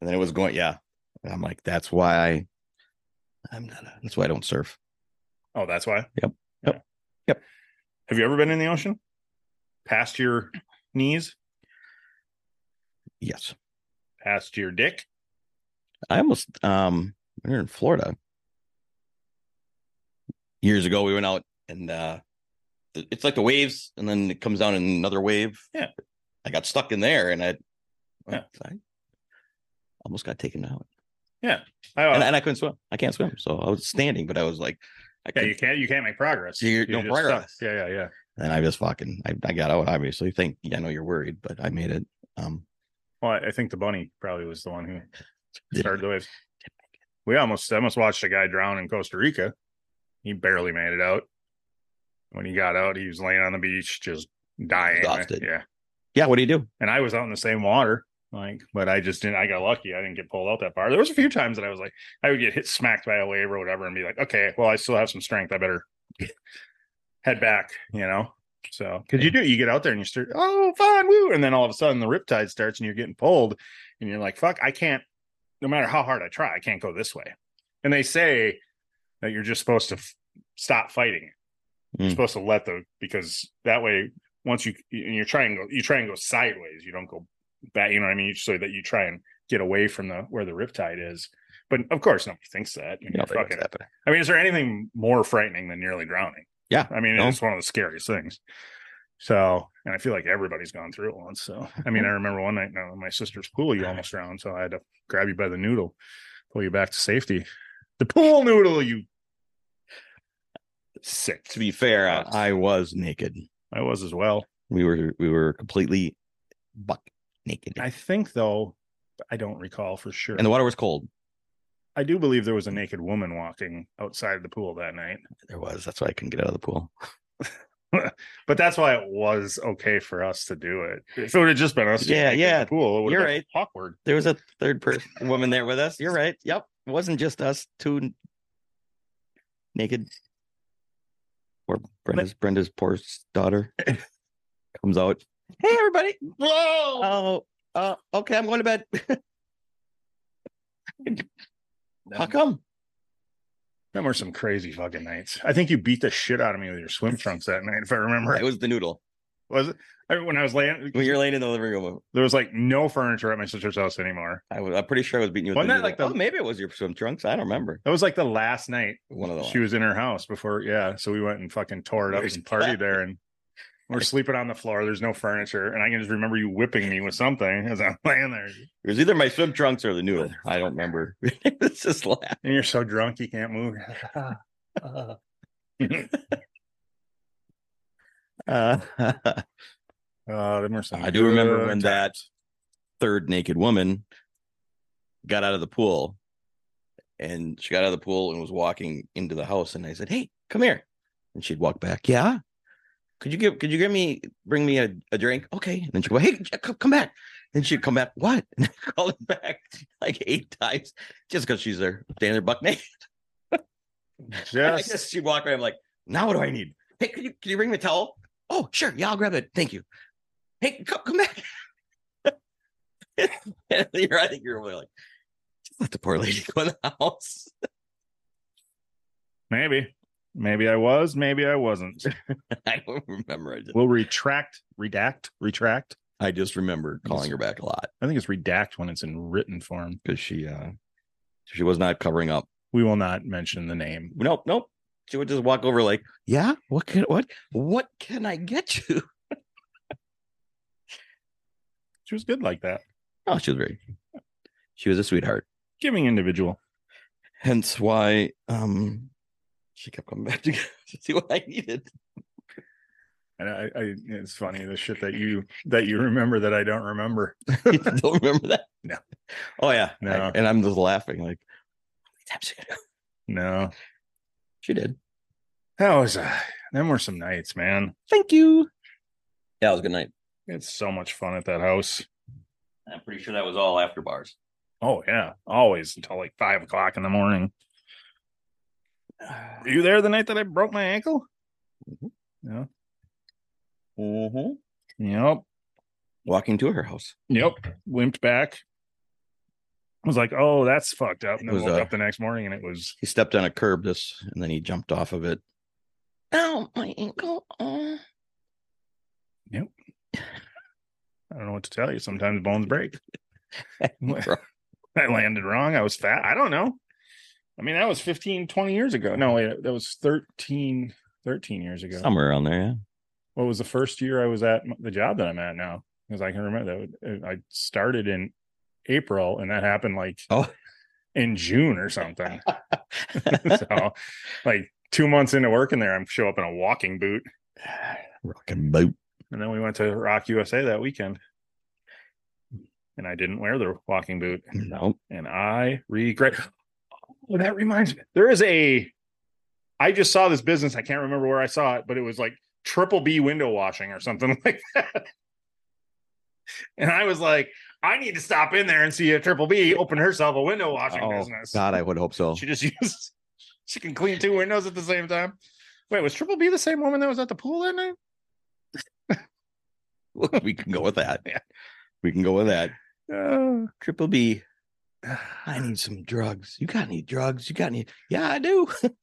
and then it was going yeah. And I'm like, that's why I I'm not a- that's why I don't surf. oh that's why Yep. Yep. Yeah. Yep. have you ever been in the ocean past your knees Yes. past your dick I almost um when we were in Florida years ago. We went out and uh it- it's like the waves, and then it comes down in another wave. Yeah. I got stuck in there, and I, Yeah. I almost got taken out, I, and, and I couldn't swim. I can't swim, so I was standing, but I was like, I yeah could, you can't you can't make progress You You're don't just stuck. progress. yeah yeah yeah and I just fucking I, I got out. Obviously, think I know you're worried, but I made it. Um, Well, I I think the bunny probably was the one who Did- started the waves. We almost I almost watched a guy drown in Costa Rica. He barely made it out. When he got out, he was laying on the beach, just dying. Exhausted. Yeah. yeah. What do you do? And I was out in the same water. Like, but I just didn't I got lucky. I didn't get pulled out that far. There was a few times that I was like, I would get hit smacked by a wave or whatever and be like, okay, well, I still have some strength. I better head back, you know? So, because you do, you get out there and you start, oh, fine, woo. And then all of a sudden the riptide starts and you're getting pulled and you're like, fuck, I can't, no matter how hard I try, I can't go this way. And they say that you're just supposed to f- stop fighting. You're Mm. supposed to let the, because that way, once you, and you're trying to go, you try and go sideways, you don't go back, you know what I mean? So that you try and get away from the, where the riptide is. But of course, nobody thinks that. You You know, don't think it's fucking, that bad. I mean, is there anything more frightening than nearly drowning? Yeah. I mean, No. it's one of the scariest things. So, and I feel like everybody's gone through it once. So, I mean, I remember one night now in my sister's pool, you almost drowned. So I had to grab you by the noodle, pull you back to safety. The pool noodle, you sick. To be fair, I, Yes. I was naked. I was as well. We were we were completely buck naked. I think, though, I don't recall for sure. and the water was cold. I do believe there was a naked woman walking outside the pool that night. There was. That's why I couldn't get out of the pool. But that's why it was okay for us to do it. If it would have just been us, Yeah, naked in yeah. the pool, it would have You're been right. awkward. There was a third person woman there with us. You're right. Yep. It wasn't just us two n- naked. Or Brenda's Brenda's poor s- daughter comes out. Hey everybody. Whoa! Oh, uh, okay, I'm going to bed. How come? Them were some crazy fucking nights. I think you beat the shit out of me with your swim trunks that night, if I remember. It right. was the noodle. Was it I- when I was laying? When you're laying in the living room, There was like no furniture at my sister's house anymore. I was, I'm pretty sure I was beating you. With Wasn't the that like noodle. the- Oh, maybe it was your swim trunks. I don't remember. That was like the last night One of those. she was in her house before. Yeah, so we went and fucking tore it up Where's and partied that? there, and we're sleeping on the floor. There's no furniture, and I can just remember you whipping me with something as I'm laying there. It was either my swim trunks or the noodle. I don't remember. it's just laugh. And you're so drunk you can't move. Uh, Uh, them were some I do remember good when times. that third naked woman got out of the pool, and she got out of the pool and was walking into the house, and I said, "Hey, come here," and she'd walk back. Yeah, could you give could you give me bring me a, a drink? Okay. And then she'd go, hey, Jack, come, come back. And she'd come back, what? And I called her back like eight times just because she's there, standing there buck naked. I Just guess she'd walk away. I'm like, now what do I need? Hey, could you could you bring me a towel? Oh, sure. Yeah, I'll grab it. Thank you. Hey, come come back. And you're, I think you're really like, just let the poor lady go in the house. maybe, maybe I was, maybe I wasn't. I don't remember. I just, We'll retract, redact, retract. I just remember calling her back a lot I think it's redact when it's in written form. because she uh she was not covering up. We will not mention the name. Nope, nope. She would just walk over like, yeah, what can what what can I get you? She was good like that, Oh, she was very she was a sweetheart. giving individual. hence why um she kept coming back to, get- to see what I needed. And I, I, it's funny the shit that you that you remember that I don't remember. You don't remember that? No. Oh yeah. No. I- and I'm just laughing like "How many times you gonna-" No, she did. that was uh, them were some nights, man. Thank you. Yeah, it was a good night. It's so much fun at that house. I'm pretty sure that was all after bars. Oh yeah, always until like five o'clock in the morning. Were Mm-hmm. you there the night that I broke my ankle? Yeah. Mm-hmm. Yep. Walking to her house. Yep. Limped back. I was like, oh, that's fucked up. And It then was, woke uh, up the next morning and it was He stepped on a curb this and then he jumped off of it. Oh, my ankle. Oh. I don't know what to tell you. Sometimes bones break. I landed wrong. I was fat. I don't know. I mean, that was 15, 20 years ago. No, wait, that was 13, 13 years ago. Somewhere around there, yeah. what was the first year I was at m- the job that I'm at now? Because I can remember that uh, I started in April and that happened like Oh. in June or something. so, like two months into working there, I'm show up in a walking boot. Rocking boot. And then we went to Rock USA that weekend. And I didn't wear the walking boot. Nope. And I regret. Oh, that reminds me. There is a. I just saw this business. I can't remember where I saw it, but it was like triple B window washing or something like that. And I was like, I need to stop in there and see if Triple B open herself a window washing Oh, business. God, I would hope so. She just uses. She can clean two windows at the same time. Wait, was Triple B the same woman that was at the pool that night? we can go with that. Yeah. We can go with that. Uh, Triple B. I need some drugs. You got any drugs? You got any? Yeah, I do.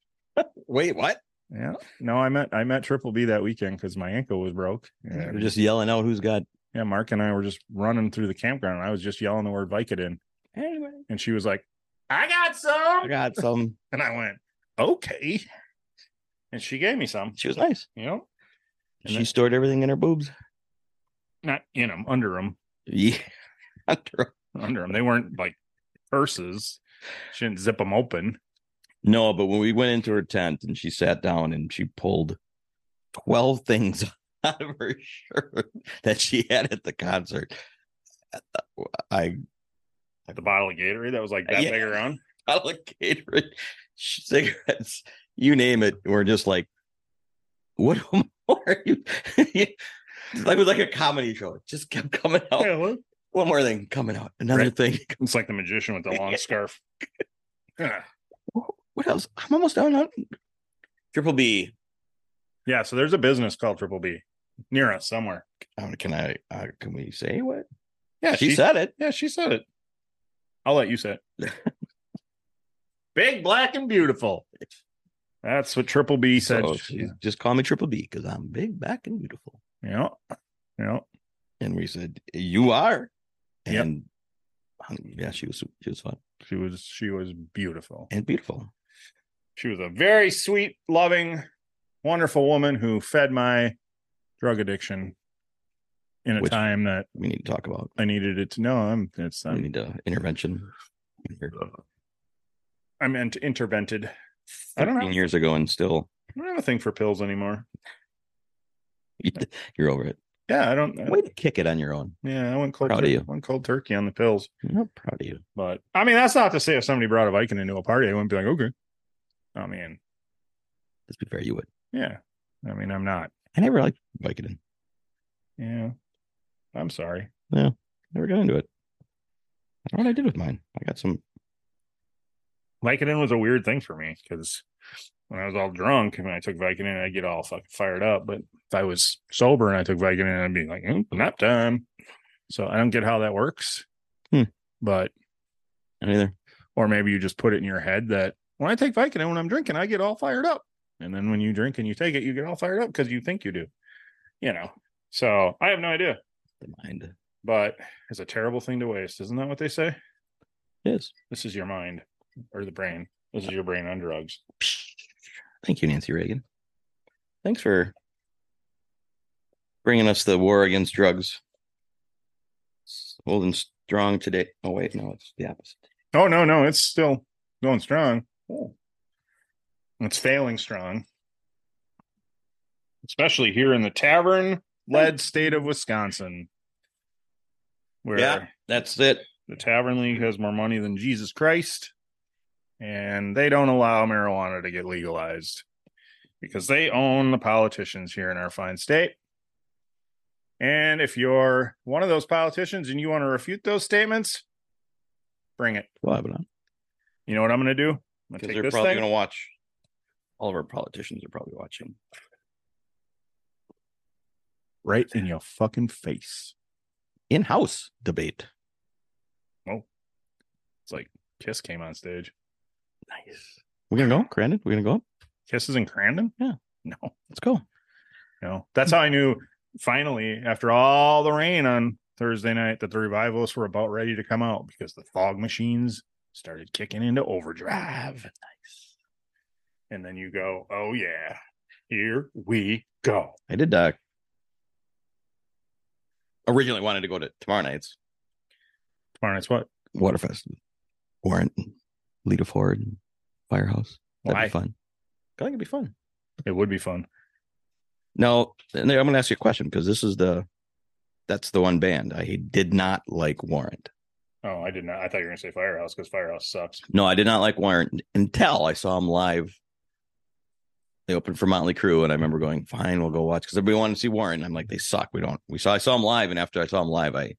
Wait, what? yeah. No, I met I met Triple B that weekend because my ankle was broke. We're And- just yelling out who's got. Yeah, Mark and I were just running through the campground, and I was just yelling the word Vicodin, Anyway, and she was like, "I got I some," got some. and I went, "Okay," and she gave me some. She was nice. you know, And she then- stored everything in her boobs. not in them, under them, Yeah. Under- under them. They weren't like purses. She didn't zip them open. no, but when we went into her tent and she sat down and she pulled 12 things out of her shirt that she had at the concert. I Like the bottle of Gatorade that was like that Yeah. big around. bottle of Gatorade, cigarettes, you name it. We're just like, what more are you? it was like a comedy show. It just kept coming out. Yeah, look. One more thing coming out. Another Right. thing. It's like the magician with the long Yeah. scarf. Yeah. What else? I'm almost done. I'm- Triple B. yeah, so there's a business called Triple B near us somewhere. Um, Can I? Uh, can we say what? Yeah, she said it. Yeah, she said it. I'll let you say it. Big, black, and beautiful. That's what Triple B said. So she's- just call me Triple B because I'm big, back, and beautiful. yeah. Yeah. And we said, you are. Yep. And um, yeah, she was she was fun She was she was beautiful. and beautiful. She was a very sweet, loving, wonderful woman who fed my drug addiction in a Which- time that We need to talk about. I needed it to know. I'm it's We I'm, need an intervention. I'm int- intervented. I don't know. 13 years ago, and still I don't have a thing for pills anymore. you're over it. Yeah, I don't. Way to kick it on your own. yeah, I went cold. Proud of tur- you. Went cold turkey on the pills. I'm not proud of you. But I mean, that's not to say if somebody brought a Viking into a party, I wouldn't be like, okay. I mean, Let's be fair, you would. yeah. I mean, I'm not. I never liked Vicodin. Yeah. I'm sorry. Never got into it. I don't know what I did with mine. I got some. Vicodin was a weird thing for me because when I was all drunk and I took Vicodin, I'd get all fucking fired up. But if I was sober and I took Vicodin, I'd be like, mm, nap time. So I don't get how that works. Hmm. But I don't either. or maybe you just put it in your head that when I take Vicodin when I'm drinking, I get all fired up, and then when you drink and you take it, you get all fired up because you think you do, you know. So I have no idea, The mind but it's a terrible thing to waste, isn't that what they say? is. This is your mind or the brain. This is your brain on drugs. Thank you, Nancy Reagan. Thanks for bringing us the war against drugs. It's old and strong today. Oh wait, no, it's the opposite. Oh no, no, it's still going strong. Oh. It's failing strong, especially here in the tavern-led state of Wisconsin, where Yeah. That's it. the tavern league has more money than jesus christ and they don't allow marijuana to get legalized because they own the politicians here in our fine state and if you're one of those politicians and you want to refute those statements bring it We'll have it on you know what i'm going to do i'm going to because take they're this probably thing going to watch. All of our politicians are probably watching. right in your fucking face In-house debate. it's like kiss came on stage Nice. We're gonna go, Brandon. We're gonna go up. kiss is in crandon Yeah. no Let's go. No, that's how I knew finally after all the rain on Thursday night that the revivalists were about ready to come out because the fog machines started kicking into overdrive. Nice. And then you go, oh yeah, here we go. I did uh originally wanted to go to tomorrow night's Tomorrow night's what? Waterfest. Warrant, Lita Ford, and Firehouse. That'd Why? be fun. I think it'd be fun. It would be fun. No, and I'm gonna ask you a question because this is the that's the one band I did not like Warrant. Oh, I did not. I thought you were gonna say Firehouse because Firehouse sucks. No, I did not like Warrant until I saw them live. They opened for Motley Crue, and I remember going, "Fine, we'll go watch." Because everybody wanted to see Warrant, and I'm like, "They suck. We don't." We saw. I saw them live, and after I saw them live, I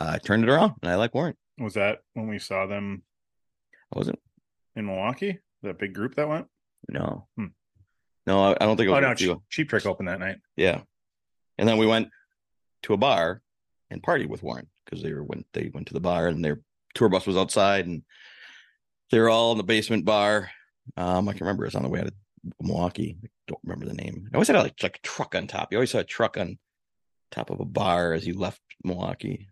uh, turned it around, and I like Warrant. Was that when we saw them I wasn't. in Milwaukee? That big group that went? No, Hmm. no, I, I don't think. It Oh was no, with you. Cheap, Cheap Trick opened that night. Yeah. And then we went to a bar and partied with Warren because they were went they went to the bar and their tour bus was outside and they were all in the basement bar. Um, I can remember it's on the way out of Milwaukee. I don't remember the name. I always had a, like, like a truck on top. You always saw a truck on top of a bar as you left Milwaukee.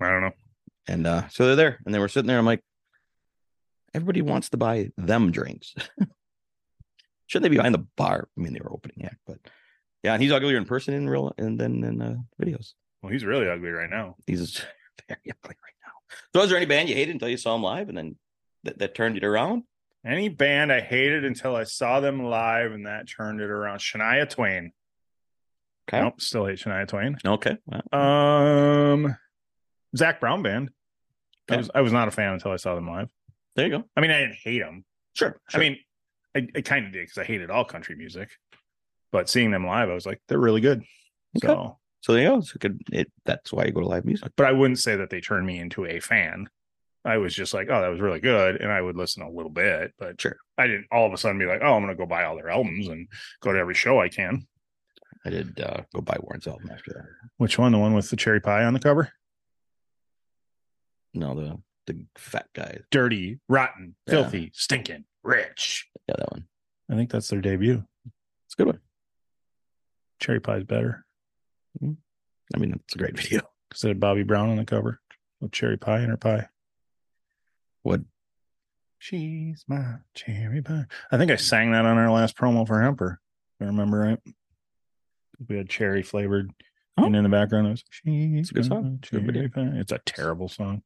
I don't know. And uh, so they're there and they were sitting there. I'm like, everybody wants to buy them drinks. Shouldn't they be behind the bar? I mean, they were opening act, but yeah, and he's uglier in person in real and then in uh, videos. Well, he's really ugly right now. He's very ugly right now. So, was there any band you hated until you saw him live and then that, that turned it around? Any band I hated until I saw them live, and that turned it around. Shania Twain. Okay. Nope, still hate Shania Twain. Okay. Well, Um, Zach Brown Band. I Okay. was I was not a fan until I saw them live. there you go. I mean, I didn't hate them. Sure. I mean, I, I kind of did because I hated all country music, but seeing them live, I was like, they're really good. Okay. So, so there you go. So it could, it, that's why you go to live music. but I wouldn't say that they turned me into a fan. I was just like, oh, that was really good, and I would listen a little bit, but Sure. I didn't all of a sudden be like, oh, I'm gonna go buy all their albums and go to every show I can. I did uh, go buy Warren's album after that. Which one? The one with the cherry pie on the cover? No, the the fat guy. Dirty, rotten, Yeah. filthy, stinking, rich. Yeah, that one. I think that's their debut. It's a good one. Cherry pie's better I mean, it's a great video. because it had Bobby Brown on the cover with cherry pie in her pie. What She's my cherry pie. I Hmm. think I sang that on our last promo for Hemper. If I remember right. We had cherry flavored. Oh. And in the background, it was She's a good my song. It's a good cherry video. pie." It's a terrible song.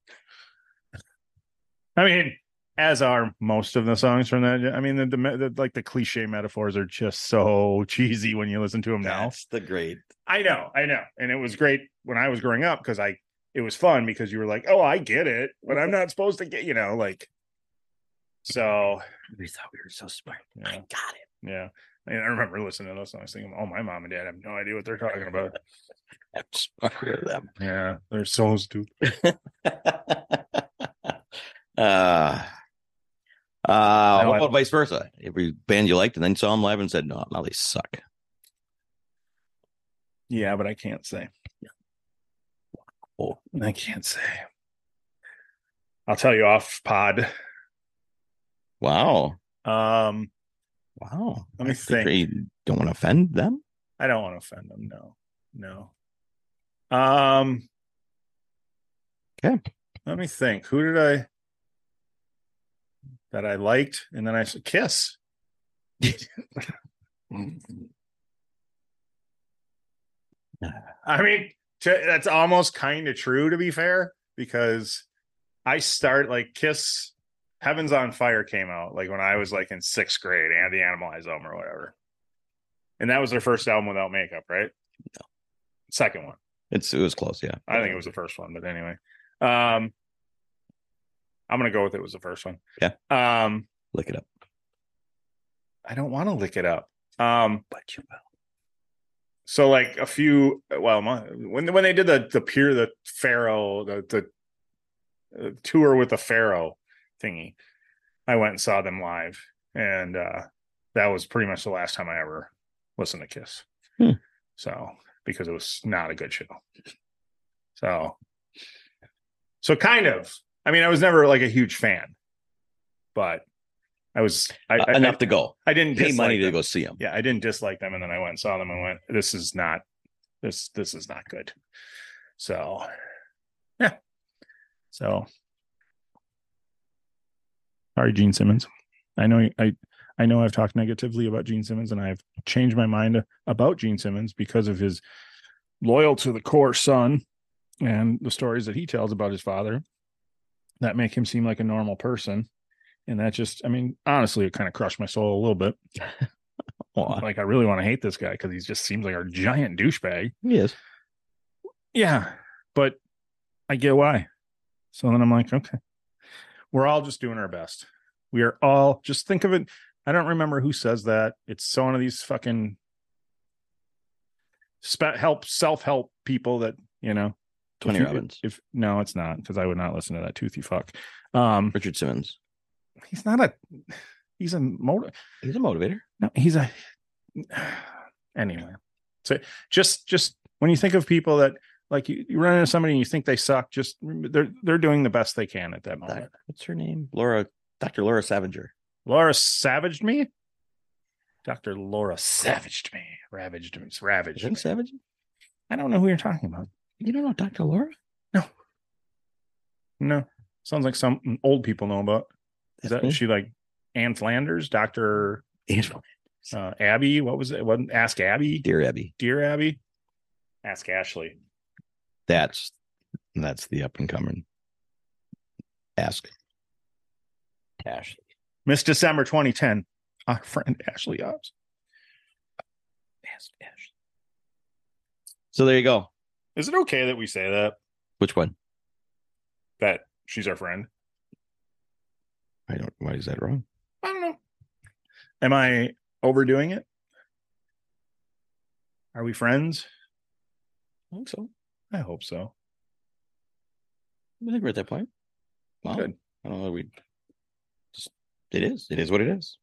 I mean, as are most of the songs from that. I mean, the, the, me- the like the cliche metaphors are just so cheesy when you listen to them now. That's the great. I know, I know. And it was great when I was growing up because I it was fun because you were like, Oh, I get it, but I'm not supposed to get you know, like so We thought we were so smart. Yeah. got it. yeah. I remember listening to those songs thinking, oh, my mom and dad have no idea what they're talking about. I'm sorry of them. yeah, they're so stupid. uh, uh, No, what I- about vice versa? Every band you liked and then saw them live and said, no, now they suck. Yeah, but I can't say. Oh. I can't say. I'll tell you off pod. Wow. Um, Wow. Let me I think. You don't want to offend them? I don't want to offend them. No, no. Um, Okay. Let me think. Who did I that I liked, and then I said Kiss. I mean, to, that's almost kind of true to be fair, because I start like Kiss. Heaven's on Fire came out like when I was like in sixth grade, and the Animalize album or whatever, and that was their first album without makeup, right? No, second one. It's It was close. Yeah. I think it was the first one, but anyway. Um I'm gonna go with it was the first one. Yeah. Um Look it up. I don't want to lick it up. Um But you will. so like a few well my, when when they did the the peer the pharaoh the the uh, tour with the pharaoh thingy, I went and saw them live and uh that was pretty much the last time I ever listened to Kiss. Hmm. So because it was not a good show. So so kind of. I mean, I was never like a huge fan, but I was I, I, Uh, Enough I, to go. I didn't Pay dislike money to them. go see them. Yeah, I didn't dislike them, and then I went and saw them and went, "This is not this this is not good." So, yeah. So, sorry, Gene Simmons. I know I I know I've talked negatively about Gene Simmons, and I've changed my mind about Gene Simmons because of his loyal to the core son and the stories that he tells about his father that make him seem like a normal person. And that just, I mean, honestly, it kind of crushed my soul a little bit Aw. like I really want to hate this guy because he just seems like a giant douchebag. Yes. Yeah, but I get why. So then I'm like, okay, we're all just doing our best. We are all just think of it. I don't remember who says that. It's one of these fucking spe- help self help people that you know. Tony if you- Robbins. If no, it's not because I would not listen to that toothy fuck. Um, Richard Simmons. he's not a. He's a motor. He's a motivator. No, he's a anyway. So just just when you think of people that like you, you run into somebody and you think they suck, just remember they're they're doing the best they can at that moment. Doc- What's her name? Laura, Dr. Laura Savager. Laura savaged me. Dr. Laura savaged me. Ravaged me. Ravaged. Isn't me. Savage? I don't know who you're talking about. You don't know Dr. Laura? No. Sounds like some old people know about. Is that That's me. is she like Ann Flanders? Dr. Angela. Uh, Abby? What was it? Wasn't Ask Abby? Dear Abby. Dear Abby? Ask Ashley. That's that's the up and coming. Ask. Ashley. Miss December 2010, our friend Ashley Obbs. Ask Ashley. So there you go. Is it okay that we say that Which one? that she's our friend? I don't why is that wrong? I don't know. Am I overdoing it? Are we friends? I think so. I hope so. I think we're at that point. Wow. Good. I don't know. We just it is. It is what it is.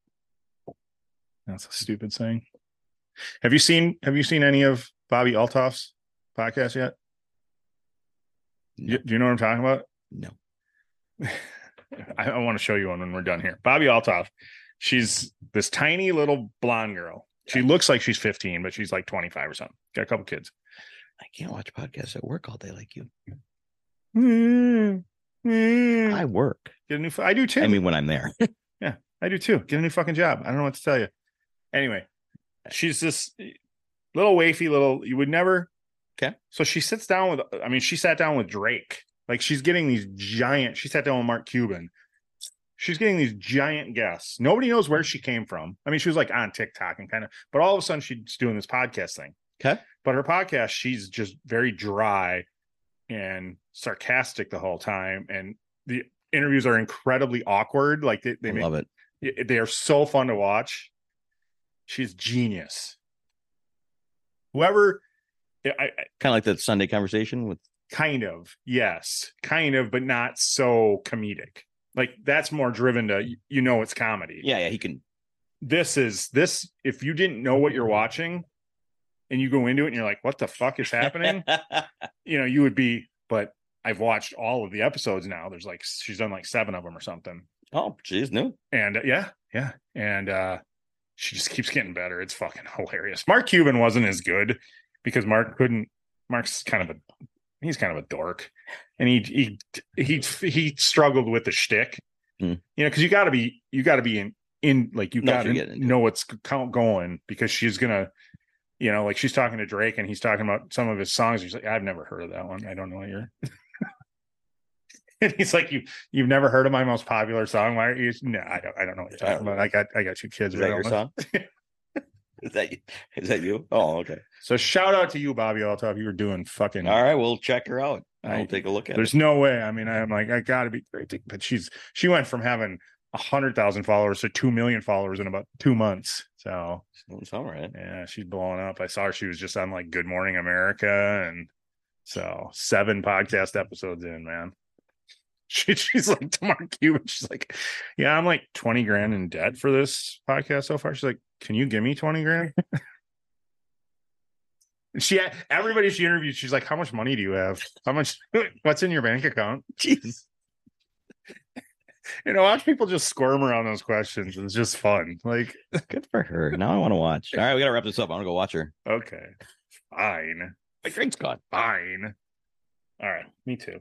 That's a stupid saying. Have you seen Have you seen any of Bobby Altoff's podcast yet? No. Y- Do you know what I'm talking about? No. I, I want to show you one when we're done here. Bobby Altoff, she's this tiny little blonde girl. She looks like she's 15, but she's like 25 or something. Got a couple kids. I can't watch podcasts at work all day like you. I Mm-hmm. I work. get a new. fu- I do too. I mean when I'm there. I do too. Get a new fucking job. I don't know what to tell you. Anyway, she's this little wafy little. You would never. Okay. So she sits down with. I mean, she sat down with Drake. Like she's getting these giant. She sat down with Mark Cuban. She's getting these giant guests. Nobody knows where she came from. I mean, she was like on TikTok and kind of, but all of a sudden she's doing this podcast thing. Okay. But her podcast, she's just very dry and sarcastic the whole time. And the interviews are incredibly awkward. Like they, they I make love it. Y- they are so fun to watch She's genius. Whoever, I, I Kind of like that Sunday conversation with kind of yes, kind of, but not so comedic. Like that's more driven to you know it's comedy. yeah, yeah. He can This is this. If you didn't know what you're watching, and you go into it and you're like, "What the fuck is happening?" you know, you would be. But I've watched all of the episodes now. There's like she's done like seven of them or something. oh, she's new. and uh, yeah, yeah, and uh, she just keeps getting better. It's fucking hilarious. Mark Cuban wasn't as good because Mark couldn't. Mark's kind of a he's kind of a dork, and he he he he struggled with the shtick, Hmm. you know, because you got to be you got to be in in like you Know what got to you're getting into. know what's c- count going because she's gonna. You know, like she's talking to Drake and he's talking about some of his songs. She's like, I've never heard of that one. I don't know what you're. and he's like, you you've never heard of my most popular song? Why are you? No, I don't. I don't know what you're talking about. I got I got two kids. Is that right your on. song? is that you? Is that you? Oh, okay. So shout out to you, Bobby Altop. You were doing fucking. All right, we'll check her out. I'll I- take a look at it. There's no way. I mean, I'm like, I gotta be great. to- But she's she went from having a hundred thousand followers to two million followers in about two months. So Sounds all right. yeah, she's blowing up. I saw her. She was just on like Good Morning America, and so seven podcast episodes in, man. She, she's like to Mark Cuban. She's like, yeah, I'm like twenty grand in debt for this podcast so far. She's like, can you give me twenty grand? she everybody she interviewed, she's like, how much money do you have? How much? What's in your bank account? Jeez. You know, watch people just squirm around those questions. It's just fun. Like, Good for her. Now I want to watch. All right, we gotta wrap this up. I'm gonna go watch her. okay, fine. My drink's gone. fine. All right, me too.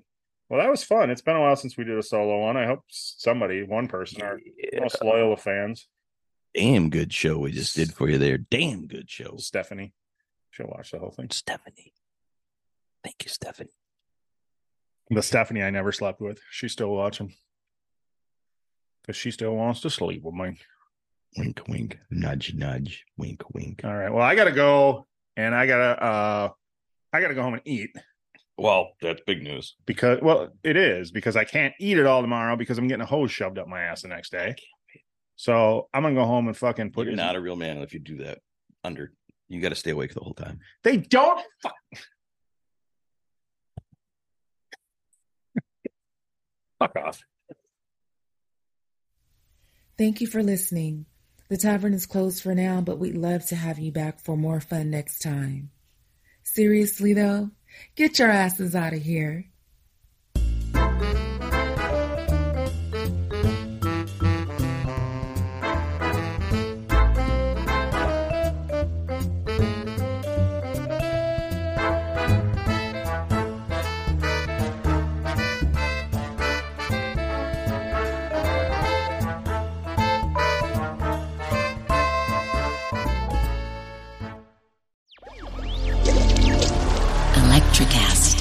Well, that was fun. It's been a while since we did a solo one. I hope somebody, one person, our Yeah. most loyal of fans, Damn good show we just did for you there. Damn good show. Stephanie, she'll watch the whole thing. Stephanie. Thank you, Stephanie. The Stephanie I never slept with, she's still watching because she still wants to sleep with me. Wink wink. Nudge nudge. Wink wink. All right. Well, I gotta go, and I gotta, uh I gotta go home and eat Well, that's big news. because, well, it is because I can't eat it all tomorrow because I'm getting a hose shoved up my ass the next day. So I'm gonna go home and fucking put You're it. not a real man if you do that under you gotta stay awake the whole time. They don't. Fuck. Fuck off. Thank you for listening. The tavern is closed for now, but we'd love to have you back for more fun next time. Seriously, though, get your asses out of here. Electric acid.